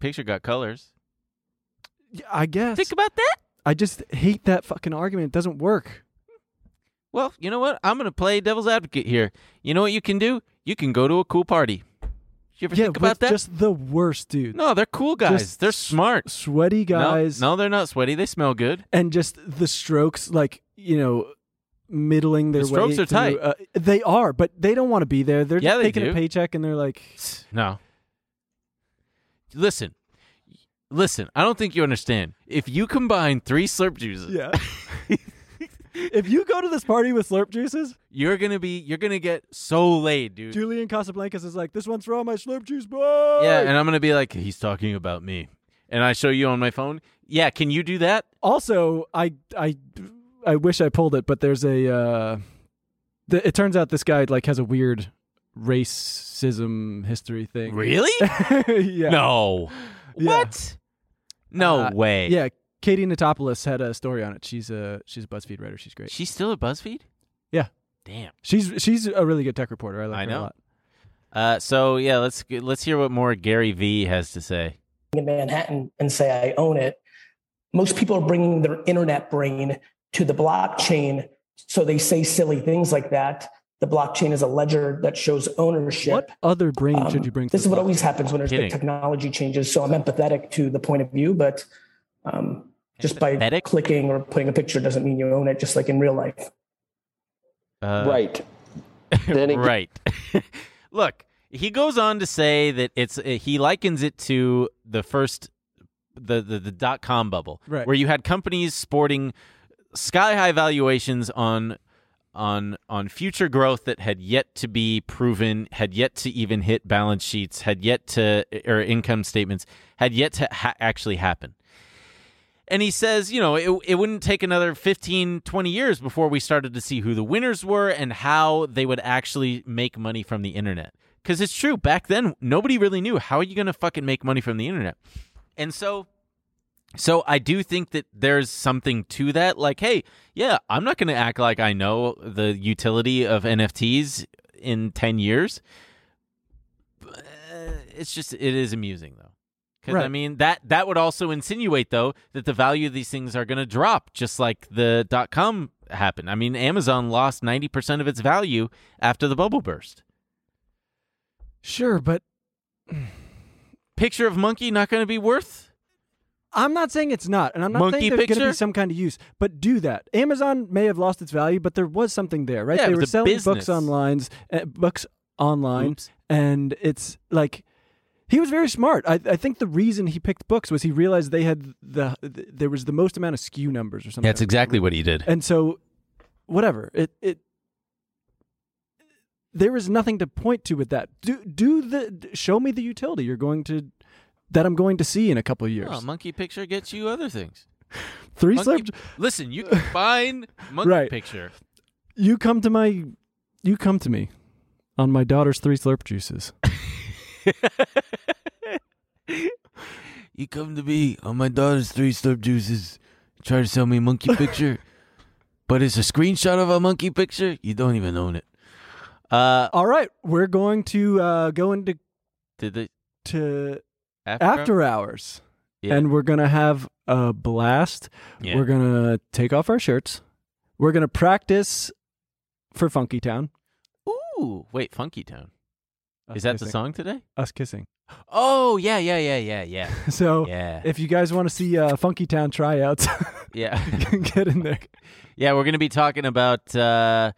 B: picture got colors.
A: Yeah, I guess.
B: Think about that.
A: I just hate that fucking argument. It doesn't work.
B: Well, you know what? I'm gonna play devil's advocate here. You know what you can do? You can go to a cool party. You ever
A: yeah,
B: think
A: with
B: about that?
A: just the worst, dude.
B: no, they're cool guys.
A: Just
B: they're
A: s-
B: smart. No-
A: Sweaty guys.
B: no, they're not sweaty. They smell good.
A: And just the strokes, like, you know, middling their
B: The strokes
A: way
B: are
A: through,
B: tight.
A: uh, they are, but they don't want to be there. They're
B: Yeah,
A: just
B: they
A: taking
B: do.
A: a paycheck and
B: <laughs>
A: they're like,
B: No. Listen. Listen, I don't think you understand. If you combine three slurp juices,
A: yeah. <laughs> if you go to this party with slurp juices,
B: you're gonna be you're gonna get so laid, dude.
A: Julian Casablancas is like, this one's for all my slurp juice boy.
B: Yeah, and I'm gonna be like, he's talking about me. And I show you on my phone. Yeah, can you do
A: <laughs>
B: that?
A: also i i i wish i pulled it but there's a uh the, it turns out this guy like has a weird racism history thing.
B: Really?
A: <laughs> yeah.
B: No.
A: Yeah.
B: What? No
A: Uh,
B: way.
A: Yeah. Katie Natopoulos had a story on it. She's a she's a BuzzFeed writer. She's great.
B: She's still at BuzzFeed?
A: Yeah.
B: Damn.
A: She's she's a really good tech reporter. I like
B: I
A: her
B: know.
A: a lot.
B: Uh, so yeah, let's g- let's hear what more Gary V has to say.
G: in Manhattan and say I own it. Most people are bringing their internet brain to the blockchain, so they say silly things like that. The blockchain is a ledger that shows ownership.
A: What other brain
G: Um,
A: should you bring? To
G: This is
A: the
G: what
A: table?
G: always happens when there's
B: Kidding.
G: big technology changes. So I'm empathetic to the point of view, but um, just by
B: Empathetic?
G: clicking or putting a picture doesn't mean you own it. Just like in real life.
B: Uh,
E: right.
B: <laughs>
E: Then it,
B: right. Look, he goes on to say that it's uh, he likens it to the first the the, the dot com bubble,
A: Right.
B: where you had companies sporting sky high valuations on on on future growth that had yet to be proven, had yet to even hit balance sheets, had yet to or income statements, had yet to ha- actually happen. And he says, you know, it, it wouldn't take another 15, 20 years before we started to see who the winners were and how they would actually make money from the internet. Because it's true, back then, nobody really knew how are you going to fucking make money from the internet. And so, so I do think that there's something to that. Like, hey, yeah, I'm not going to act like I know the utility of NFTs in 10 years. But, uh, It's just, it is amusing though. Because I
A: Right.
B: mean that that would also insinuate though that the value of these things are going to drop, just like the dot com happened. I mean, Amazon lost ninety percent of its value after the bubble burst.
A: Sure, but
B: Picture of monkey not going to be worth.
A: I'm not saying it's not, and I'm not
B: Monkey
A: saying there's going to
B: picture?
A: be some kind of use. But do that. Amazon may have lost its value, but there was something there, right?
B: Yeah, it
A: they
B: was
A: were
B: a
A: selling
B: business.
A: books online, uh, books online,
B: Oops.
A: and it's like he was very smart. I, I think the reason he picked books was he realized they had the, th there was the most amount of skew numbers or something.
B: That's exactly what he did.
A: And so, whatever it it there is nothing to point to with that. Do do the show me the utility you're going to that I'm going to see in a couple of years.
B: Oh, monkey picture gets you other things.
A: Three
B: Monkey-
A: subjects.
B: Listen, you can find monkey
A: Right.
B: picture.
A: You come to my, you come to me, on my daughter's three slurp juices.
B: You come to me on my daughter's three slurp juices. Try to sell me
A: <laughs>
B: monkey picture, but it's a screenshot of a monkey picture. You don't even own it. Uh,
A: All right, we're going to uh, go into
B: did the
A: to
B: after,
A: after hours,
B: Yeah.
A: and we're gonna have a blast.
B: Yeah.
A: We're gonna take off our shirts. We're gonna practice for Funky Town.
B: Ooh, wait, Funky Town.
A: Us
B: Is that the
A: kissing.
B: song today?
A: Us kissing.
B: Oh, yeah, yeah, yeah, yeah, yeah.
A: <laughs> So
B: Yeah.
A: if you guys want to see uh, Funky Town tryouts, <laughs>
B: Yeah.
A: get in there.
B: yeah, we're going to be talking about uh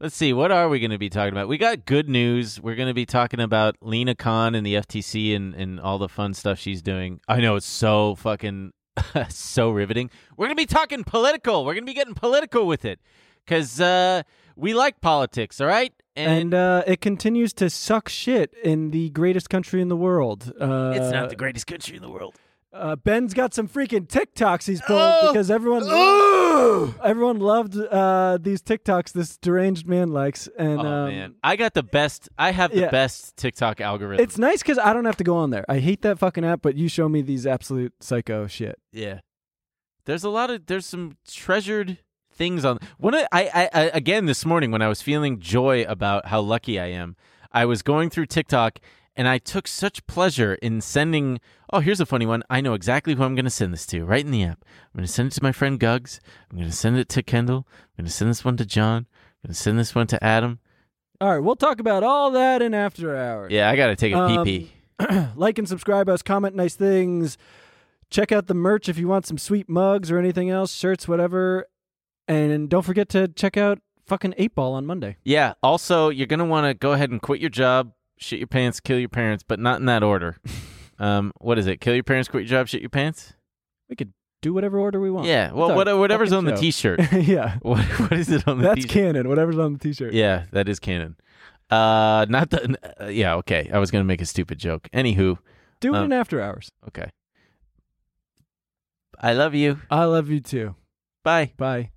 B: let's see, what are we going to be talking about? We got good news. We're going to be talking about Lena Khan and the FTC and and all the fun stuff she's doing. I know it's so fucking <laughs> so riveting. We're going to be talking political. We're going to be getting political with it cuz uh we like politics, all right?
A: And uh, it continues to suck shit in the greatest country in the world. Uh,
B: it's not the greatest country in the world.
A: Uh, Ben's got some freaking TikToks he's pulled because everyone everyone loved uh, these TikToks this deranged man likes, and
B: Oh
A: um,
B: man, I got the best. I have the
A: yeah.
B: best TikTok algorithm.
A: it's nice because I don't have to go on there. I hate that fucking app, but you show me these absolute psycho shit.
B: yeah. There's a lot of there's some treasured things on. When I, I, I I- again this morning when I was feeling joy about how lucky I am, I was going through TikTok and I took such pleasure in sending. Oh, here's a funny one. I know exactly who I'm going to send this to right in the app. I'm going to send it to my friend Guggs. I'm going to send it to Kendall. I'm going to send this one to John. I'm going to send this one to Adam.
A: All right, we'll talk about all that in after hours.
B: Yeah, I got to take a
A: Um,
B: pee pee.
A: <sighs> like and subscribe us, comment nice things, check out the merch if you want some sweet mugs or anything else, shirts, whatever, and don't forget to check out fucking Eight Ball on Monday.
B: Yeah. Also, you're gonna want to go ahead and quit your job, shit your pants, kill your parents, but not in that
A: <laughs>
B: order. um, what is it? Kill your parents, quit your job, shit your pants.
A: We could do whatever order we want.
B: Yeah. Well,
A: It's our
B: what, whatever's
A: fucking
B: on the
A: show. <laughs>
B: T-shirt. <laughs>
A: yeah.
B: what, what is it on the
A: That's
B: T-shirt?
A: canon. Whatever's on the T-shirt.
B: Yeah, that is canon. Uh, not the. Uh, yeah. Okay. I was gonna make a stupid joke. Anywho.
A: Do it
B: Um,
A: in after hours.
B: Okay. I love you.
A: I love you too.
B: Bye.
A: Bye.